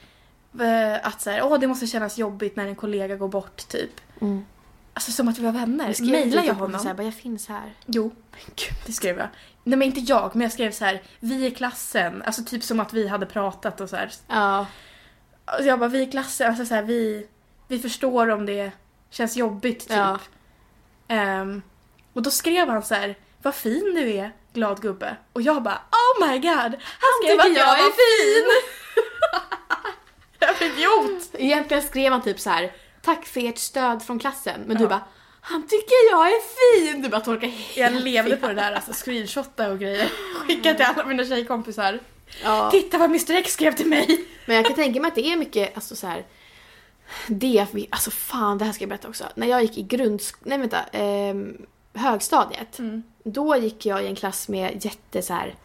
eh, att så här, åh det måste kännas jobbigt när en kollega går bort typ. Alltså som att vi var vänner.
skrev
Mejlade
vi
jag
typ
honom?
Mm. Så här, bara, jag finns här.
Jo, men gud det skrev jag. Nej men inte jag, men jag skrev så här, vi i klassen. Alltså typ som att vi hade pratat och så här.
Ja.
Alltså, jag bara, vi i klassen, alltså så här, vi, vi förstår om det känns jobbigt typ.
Ja.
Ehm, och då skrev han så här, vad fin du är, glad gubbe. Och jag bara, oh my god! Han, skrev
tycker
att jag,
jag
var
är
fin! Jävla idiot!
Egentligen skrev han typ så här: tack för ert stöd från klassen. Men du bara, han tycker jag är fin! Du bara torkar helt
Jag levde på det där, alltså screenshotta och grejer. Skicka till alla mina tjejkompisar.
Ja.
Titta vad Mr X skrev till mig!
Men jag kan tänka mig att det är mycket, alltså så här. Det, vi- alltså fan det här ska jag berätta också. När jag gick i grundskolan, nej vänta, ehm, högstadiet. Då gick jag i en klass med jätte så här.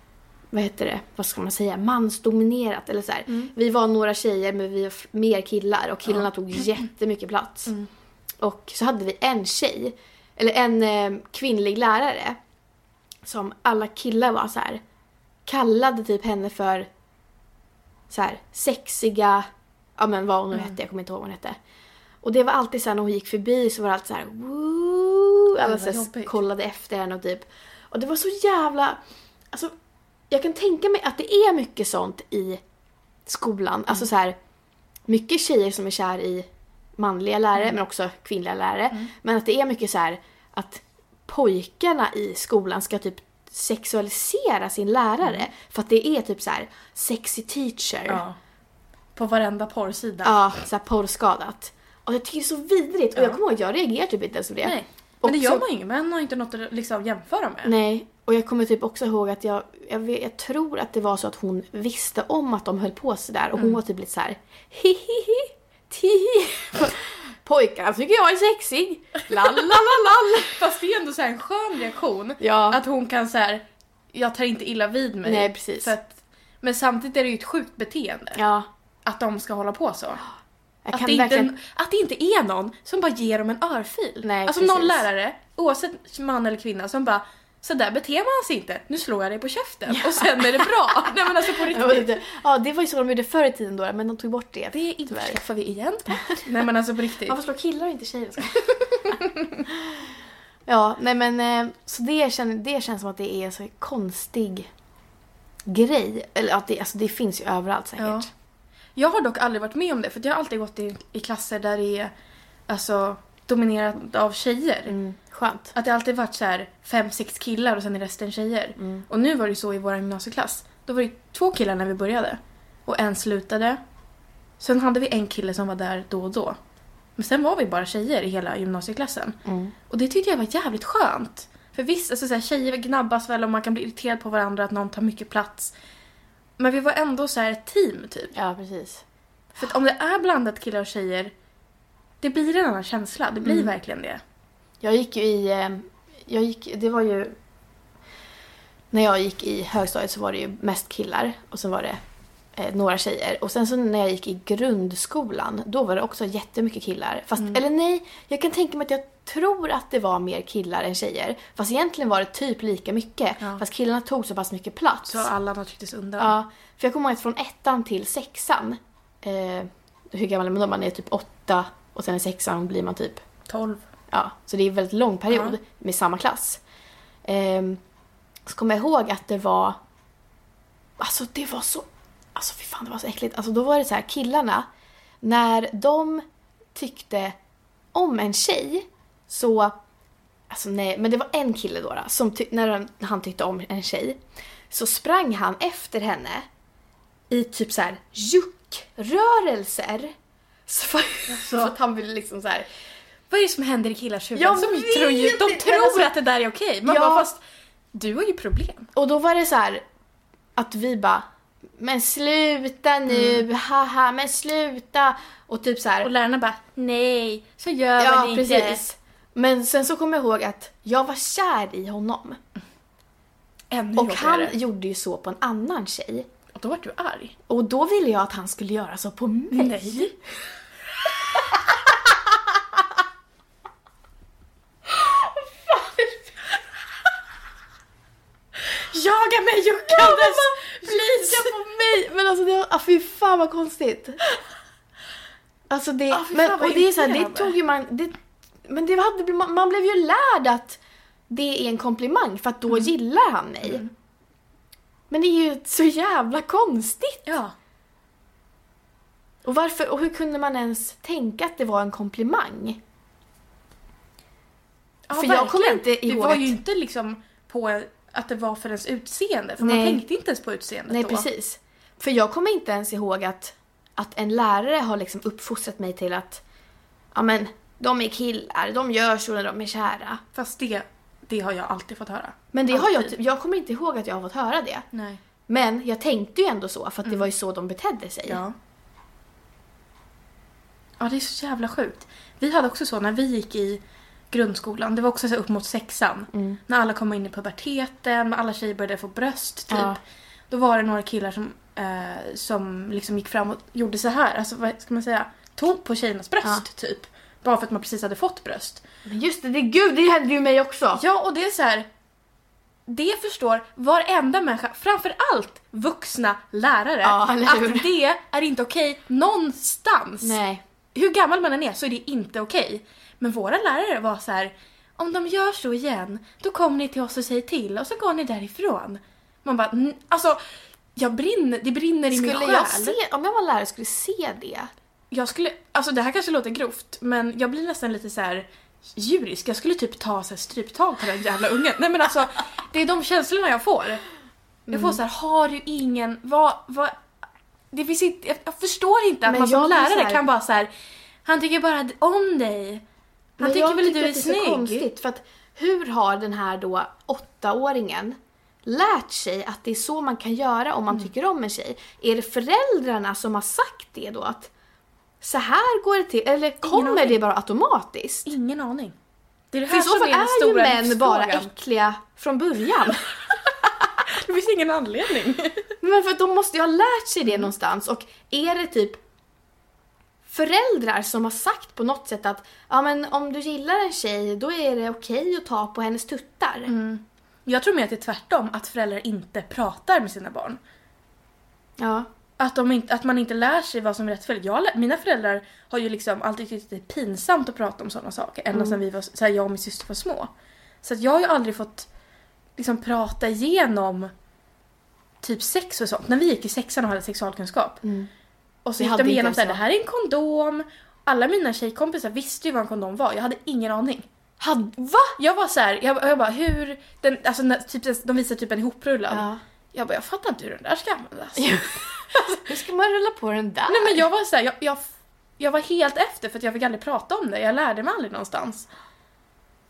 vad heter det, vad ska man säga, mansdominerat eller så här. Vi var några tjejer men vi var f- mer killar och killarna tog jättemycket plats. Och så hade vi en tjej, eller en eh, kvinnlig lärare som alla killar var så här kallade typ henne för så här sexiga, ja men vad hon
Mm.
nu hette, jag kommer inte ihåg vad hon hette. Och det var alltid så här när hon gick förbi så var det alltid så här woo, alla
vad
så här,
jobbigt.
kollade efter henne och typ. Och det var så jävla, alltså jag kan tänka mig att det är mycket sånt i skolan,
Mm.
alltså så här mycket tjejer som är kär i manliga lärare
Mm.
men också kvinnliga lärare. Men att det är mycket så här att pojkarna i skolan ska typ sexualisera sin lärare
Mm.
för att det är typ så här sexy teacher. Ja,
På varenda porrsida.
så här porrskadat. Och jag tycker det är så vidrigt och jag kommer ihåg jag reagerar typ inte ens på det.
Nej.
Och
Men det
så-
gör man ju, män har inte något att liksom jämföra med.
Nej, och jag kommer typ också ihåg att jag, jag, vet- jag tror att det var så att hon visste om att de höll på sådär och hon
Mm.
var typ lite såhär hihihi, tihi. <laughs> Pojkarna alltså, tycker jag är sexig, lalalala.
Fast det är ändå så här en skön reaktion.
Ja.
Att hon kan så här, jag tar inte illa vid mig.
Nej, precis.
För att, men samtidigt är det ju ett sjukt beteende.
Ja,
Att de ska hålla på så.
jag
Att
kan
det, inte,
verkligen...
att det inte är någon som bara ger dem en örfil.
Nej,
alltså någon
precis.
lärare, oavsett man eller kvinna, som bara så där beter man sig inte, nu slår jag dig på käften och sen är det bra. <laughs> Nej men alltså på
Ja, men
riktigt.
det- Ja, det var ju så de gjorde förr i tiden då, men de tog bort det.
Det inträffar vi igen. Nej men alltså på
<laughs>
riktigt.
Varför slår killar och inte tjejer? Jag skojar. ja, nej men eh, så det, känner, det känns som att det är en så konstig grej. Eller att det, alltså det finns ju överallt säkert.
Ja. Jag har dock aldrig varit med om det för att jag har alltid gått i, i klasser där det är alltså, dominerat av tjejer.
Mm, Skönt.
Att det alltid varit så här fem, sex Mm. killar och sen är resten tjejer. Och nu var det ju så i vår gymnasieklass. Då var det ju två killar när vi började. och en slutade. Sen hade vi en kille som var där då och då. Men sen var vi bara tjejer i hela gymnasieklassen. Och det tyckte jag var jävligt skönt. För visst, alltså så här, tjejer gnabbas väl och man kan bli irriterad på varandra att någon tar mycket plats. Men vi var ändå så här ett team typ.
Ja, precis.
För att om det är blandat killar och tjejer, det blir en annan känsla. Det blir verkligen det.
Jag gick ju i... eh, Jag gick, det var ju... När jag gick i högstadiet så var det ju mest killar och sen var det eh, några tjejer. Och sen så när jag gick i grundskolan, då var det också jättemycket killar. Fast, eller nej, jag kan tänka mig att jag tror att det var mer killar än tjejer. Fast egentligen var det typ lika mycket. Fast killarna tog så pass mycket plats.
Så alla har trycktes undan.
Ja, för jag kommer ihåg att från ettan till sexan, eh, hur gammal är man då? Man är typ åtta och sen i sexan blir man typ
12.
Ja, så det är en väldigt lång period med samma klass. Ehm, så kommer jag ihåg att det var... Alltså det var så... Alltså fy fan, det var så äckligt. Alltså då var det så här, killarna, när de tyckte om en tjej så... Alltså nej, men det var en kille då, då som ty- när han- när han tyckte om en tjej så sprang han efter henne i typ så här juckrörelser. <laughs> Så för, så att han ville liksom så här...
Vad är det som händer i killars huvud?
Jag
som
vet
tror ju, de
inte.
tror
Alltså-
att det där är okej. Man
Ja.
bara fast du har ju problem.
Och då var det så här att vi bara men sluta nu, haha, men sluta. Och typ så här.
Mm. Och lärarna bara nej, så gör
ja,
man inte.
precis. Men sen så kommer jag ihåg att jag var kär i honom.
Ännu
Och han
jobbigare.
gjorde ju så på en annan tjej.
Och då vart du arg.
Och då ville jag att han skulle göra så på mig. <laughs>
Nej. Jaga mig juckandes!
Lika på mig! Men alltså det var, ah, fy fan vad konstigt. Alltså det,
Ah, fy fan
men,
vad
och det är så här, det
irriterande.
tog ju man, det, men det hade, man, man blev ju lärd att det är en komplimang för att
Mm.
då gillar han mig. Men det är ju så jävla konstigt.
Ja.
Och varför, och hur kunde man ens tänka att det var en komplimang?
Ja,
För jag kommer
verkligen.
inte ihåg
Det var
att-
ju inte liksom på att det var för ens utseende. För man
Nej.
tänkte inte ens på utseendet
Nej
då.
precis. För jag kommer inte ens ihåg att, att en lärare har liksom uppfostrat mig till att ja men de är killar, de gör så när de är kära.
Fast det, det har jag alltid fått höra.
Men det har jag,
Alltid.
typ- jag kommer inte ihåg att jag har fått höra det.
Nej.
Men jag tänkte ju ändå så, för att det var ju så de betedde sig.
Mm. Ja. Ja, det är så jävla sjukt. Vi hade också så när vi gick i grundskolan, det var också så här upp mot sexan.
Mm.
När alla kom in i puberteten, alla tjejer började få bröst typ.
Ja.
Då var det några killar som, eh, som liksom gick fram och gjorde så här, alltså vad ska man säga, tog på tjejernas bröst typ. Bara för att man precis hade fått bröst.
Men just det, det, gud det hände ju mig också!
Ja, och det är så här. Det förstår varenda människa, framförallt vuxna lärare,
Ja, eller hur?
att det är inte okej någonstans.
Nej.
Hur gammal man än är så är det inte okej. Men våra lärare var så här. om de gör så igen, då kommer ni till oss och säger till och så går ni därifrån. Man bara, "N- alltså, jag brinner, det brinner i min
Skulle
själ.
jag se, om jag var lärare skulle se det.
Jag skulle, alltså det här kanske låter grovt, men jag blir nästan lite så här djurisk. Jag skulle typ ta så här stryptag på den jävla ungen. Nej men alltså, det är de känslorna jag får. Jag
Mm.
får så här, har du ingen, vad, vad, det finns inte, jag, jag förstår inte att
Men
man som
jag blir så
lärare
här-
kan bara så här, han tycker bara om dig. Han
Men
tycker
jag
väl att
tycker
du är,
att det så
snygg.
konstigt för att hur har den här då åttaåringen lärt sig att det är så man kan göra om man
Mm.
tycker om en tjej? Är det föräldrarna som har sagt det då att så här går det till, eller kommer
aning.
det bara automatiskt?
Ingen aning. Det är det
För i
här
så
som
fall
är den
är ju
stora
män bara
livsfrågan.
äckliga från början.
<laughs> Det finns
<laughs>
ingen anledning.
Men för att de måste ju ha lärt sig det någonstans och är det typ föräldrar som har sagt på något sätt att ja men om du gillar en tjej då är det okej att ta på hennes tuttar.
Mm. Jag tror mer att det är tvärtom, att föräldrar inte pratar med sina barn. <laughs>
Ja.
Att, de inte, att man inte lär sig vad som är rätt och fel. Jag, lä- mina föräldrar har ju liksom alltid tyckt att det är pinsamt att prata om sådana saker. Ända
Mm.
sedan vi var, så här, jag och min syster var små. Så att jag har ju aldrig fått liksom, prata igenom typ sex och sånt. När vi gick i sexan och hade sexualkunskap. Och så
Mm. Vi
gick
hade
de
inte
igenom
ens
såhär, det
det.
här är en kondom. Alla mina tjejkompisar visste ju vad en kondom var. Jag hade ingen aning.
Had,
Va? Jag var så här, jag, jag bara hur, den, alltså när, typ, de visar typ en ihoprullad.
Ja.
<laughs> Jag bara jag fattar inte hur den där ska användas.
Hur ska man rulla på den där?
Nej men jag var så här, jag, jag, jag var helt efter för att jag fick aldrig prata om det. Jag lärde mig aldrig någonstans.
Mm.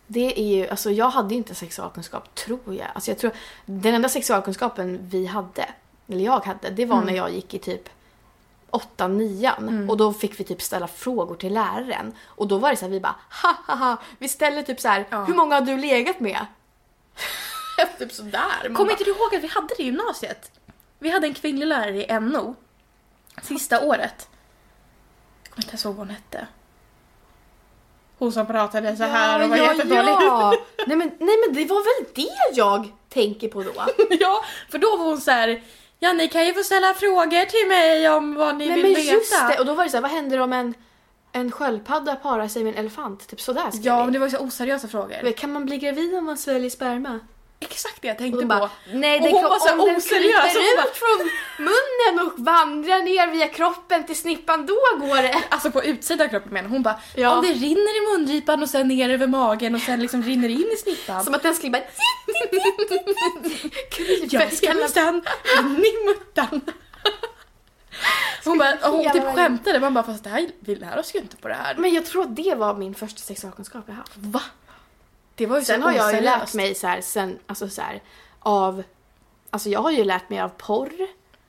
Det är ju, alltså jag hade inte sexualkunskap tror jag. Alltså jag tror, den enda sexualkunskapen vi hade, eller jag hade, det
Mm.
var när jag gick i typ 8 nian och då fick vi typ ställa frågor till läraren och då var det så här, vi bara ha ha ha, vi ställer typ så här, hur många har du legat med?
<laughs> typ sådär. Kommer inte du ihåg att vi hade det i gymnasiet? Vi hade en kvinnlig lärare i NO. Sista året. Jag kommer inte ens ihåg vad hon hette. Hon som pratade så här och var jättedålig.
ja. nej, men, nej men det var väl det jag tänker på då.
<laughs> ja, för då var hon så här. Ja, ni kan ju få ställa frågor till mig om vad ni
Nej
vill
men
veta.
just det, och då var det så här, vad händer om en, en sköldpadda parar sig med en elefant? Typ sådär skrev
Ja,
vi.
men det var ju så oseriösa frågor.
Men Kan man bli gravid om man sväljer sperma?
Exakt det jag tänkte
Och de
på.
bara, nej
och
den
hon
kom,
var så
om
här
den
oseriös.
kryper ut
Hon bara,
från munnen och vandrar ner via kroppen till snippan, då går det.
Alltså på utsidan av kroppen menar hon. Hon bara
Ja.
om det rinner i mungipan och sen ner över magen och sen liksom rinner in i snippan.
Som att den skulle bara...
jag skulle sen in i muttan.
<laughs>
Hon, bara, och hon
Hela
typ
vägen.
skämtade man bara fast det här, vi lär oss ju inte på det här.
Men jag tror att det var min första sexualkunskap jag haft.
va? Det var ju
Sen
så
har jag ju
oseriöst.
lärt mig så här, sen, alltså så här, av... Alltså jag har ju lärt mig av porr.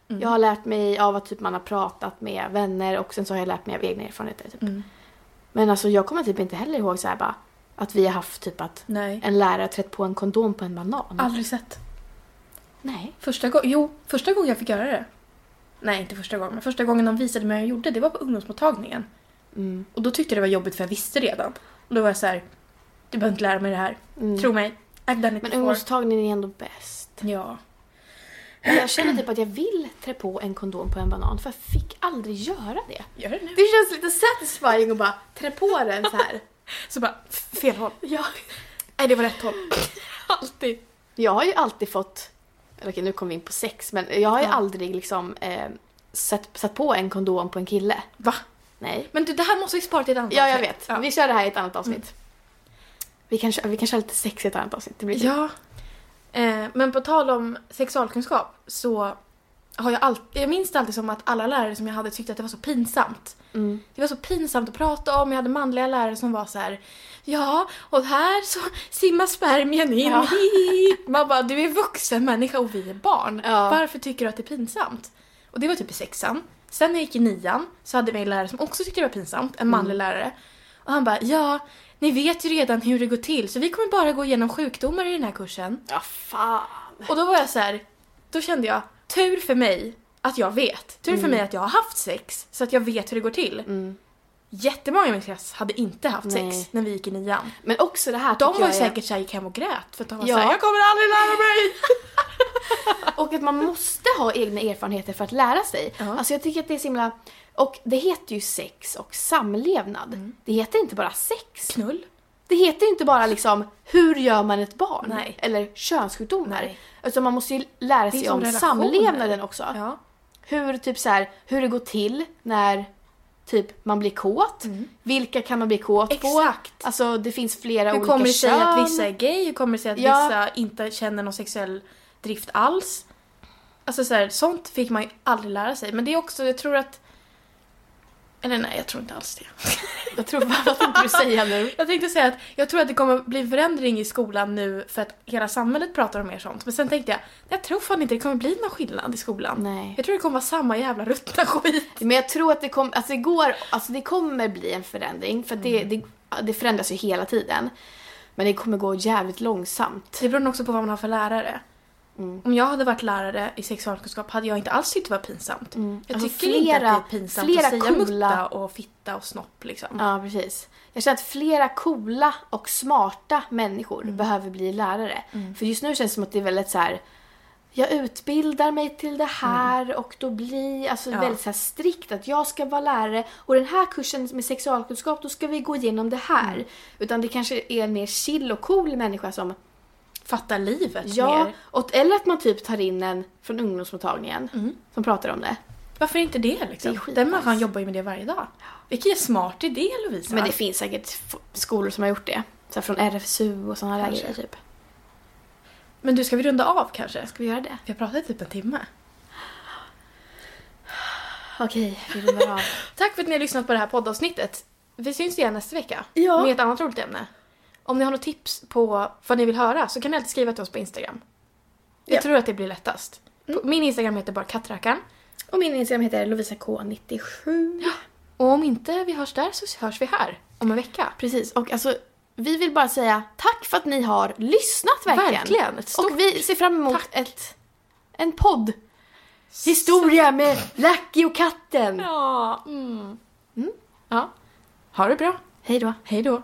Mm.
Jag har lärt mig av att typ man har pratat med vänner och sen så har jag lärt mig av egna erfarenheter. Typ.
Mm.
Men alltså jag kommer typ inte heller ihåg så här bara att vi har haft typ att
Nej.
en lärare trätt på en kondom på en banan.
Aldrig sett.
Nej.
Första gången, jo första gången jag fick göra det. Nej inte första gången men första gången de visade mig hur jag gjorde det var på ungdomsmottagningen.
Mm.
Och då tyckte jag det var jobbigt för jag visste redan. Och då var jag så här, du behöver inte lära mig det här. Tro mig, I've done it
Mm. Men
before.
ungdomstagningen är ändå bäst.
Ja.
Men jag känner typ att jag vill trä på en kondom på en banan för jag fick aldrig göra det.
Gör det nu.
Det känns lite satisfying att bara trä på den så här.
Så bara, f- fel håll.
<laughs> Ja.
Nej, det var rätt håll. Alltid.
Jag har ju alltid fått, eller okej nu kommer vi in på sex, men jag har ju aldrig liksom eh, satt, satt på en kondom på en kille.
Va?
Nej.
Men du, det här måste vi spara till ett annat
Ja, Mm. jag
avsnitt.
vet.
Ja.
Vi kör det här i ett annat avsnitt. Vi kan, kö- vi kan köra lite sex i ett annat avsnitt. Det blir kul.
ja. Eh, men på tal om sexualkunskap så har jag alltid, jag minns det alltid som att alla lärare som jag hade tyckte att det var så pinsamt. Det var så pinsamt att prata om. Jag hade manliga lärare som var så här. Ja, och här så simmar spermien in.
Ja.
<laughs> Man bara, du är vuxen människa och vi är barn.
Ja.
Varför tycker du att det är pinsamt? Och det var typ i sexan. Sen när jag gick i nian så hade vi en lärare som också tyckte det var pinsamt, en manlig
Mm.
lärare. Och han bara, ja, ni vet ju redan hur det går till så vi kommer bara gå igenom sjukdomar i den här kursen.
Ja, fan.
Och då var jag så här, då kände jag, tur för mig att jag vet. Tur
Mm.
för mig att jag har haft sex så att jag vet hur det går till. Jättemånga i min klass hade inte haft
Nej.
sex när vi gick i nian.
Men också det här
De
tycker
var ju
jag är-
säkert såhär, gick hem och grät för att de var
Ja.
såhär, jag kommer aldrig lära mig!
<laughs>
<laughs>
Och att man måste ha egna erfarenheter för att lära sig. Alltså jag tycker att det är så himla... Och det heter ju sex och samlevnad.
Mm.
Det heter inte bara sex.
Knull.
Det heter inte bara liksom hur gör man ett barn?
Nej.
Eller könssjukdomar.
Nej.
Utan man måste ju lära
Det är
sig
som
om
relationer.
samlevnaden också.
Ja.
Hur, typ så här, hur det går till när typ man blir kåt. Vilka kan man bli kåt på?
Mm. Exakt.
Alltså det finns flera
Hur
olika
kommer det sig
kön.
att vissa är gay? Hur kommer det sig att
Ja.
vissa inte känner någon sexuell drift alls? Alltså så här, sånt fick man ju aldrig lära sig. Men det är också, jag tror att... Eller nej, jag tror inte alls det.
<laughs> Jag tror, vad tänkte du säga nu?
<laughs> Jag tänkte säga att jag tror att det kommer bli en förändring i skolan nu för att hela samhället pratar om mer sånt. Men sen tänkte jag, jag tror fan inte det kommer bli någon skillnad i skolan.
Nej.
Jag tror det kommer vara samma jävla ruttna skit.
Men jag tror att det, kom, alltså det, går, alltså det kommer bli en förändring för att det, det, det förändras ju hela tiden. Men det kommer gå jävligt långsamt.
Det beror nog också på vad man har för lärare.
Mm.
Om jag hade varit lärare i sexualkunskap hade jag inte alls tyckt det var pinsamt. Jag
Alltså,
tycker inte att det
flera-
är pinsamt
flera
att säga
coola-
mutta och fitta och snopp liksom.
Ja, precis. Jag känner att flera coola och smarta människor behöver bli lärare. För just nu känns det som att det är väldigt så här. jag utbildar mig till det här och då blir, alltså väldigt så här strikt att jag ska vara lärare och den här kursen med sexualkunskap, då ska vi gå igenom det här. Utan det kanske är en mer chill och cool människa som
Fatta livet
Ja,
mer.
och, eller att man typ tar in en från ungdomsmottagningen som pratar om det.
Varför inte det liksom?
Det är skitnice.
Den människan jobbar ju med det varje dag. Vilken smart idé Lovisa.
Men det finns säkert f- skolor som har gjort det. Så här från RFSU och sådana där
Kanske.
grejer typ.
Men du, ska vi runda av kanske?
Ska vi göra det?
Vi har pratat i typ en timme.
Okej, vi rundar av.
Tack för att ni har lyssnat på det här poddavsnittet. Vi syns igen nästa vecka
Ja.
med ett annat roligt ämne. Om ni har något tips på vad ni vill höra så kan ni alltid skriva till oss på Instagram. Jag
Ja. Mm.
tror att det blir lättast. På- Min Instagram heter bara kattrakan.
Och min Instagram heter LovisaK97.
Och om inte vi hörs där så hörs vi här om en vecka.
Precis, och alltså vi vill bara säga tack för att ni har lyssnat verkligen.
Verkligen, ett stort
och vi ser fram emot
tack.
ett, en podd. Historia med Lucky och katten.
Ja. Mm. ja. Ha det bra.
Hej då.
Hej då.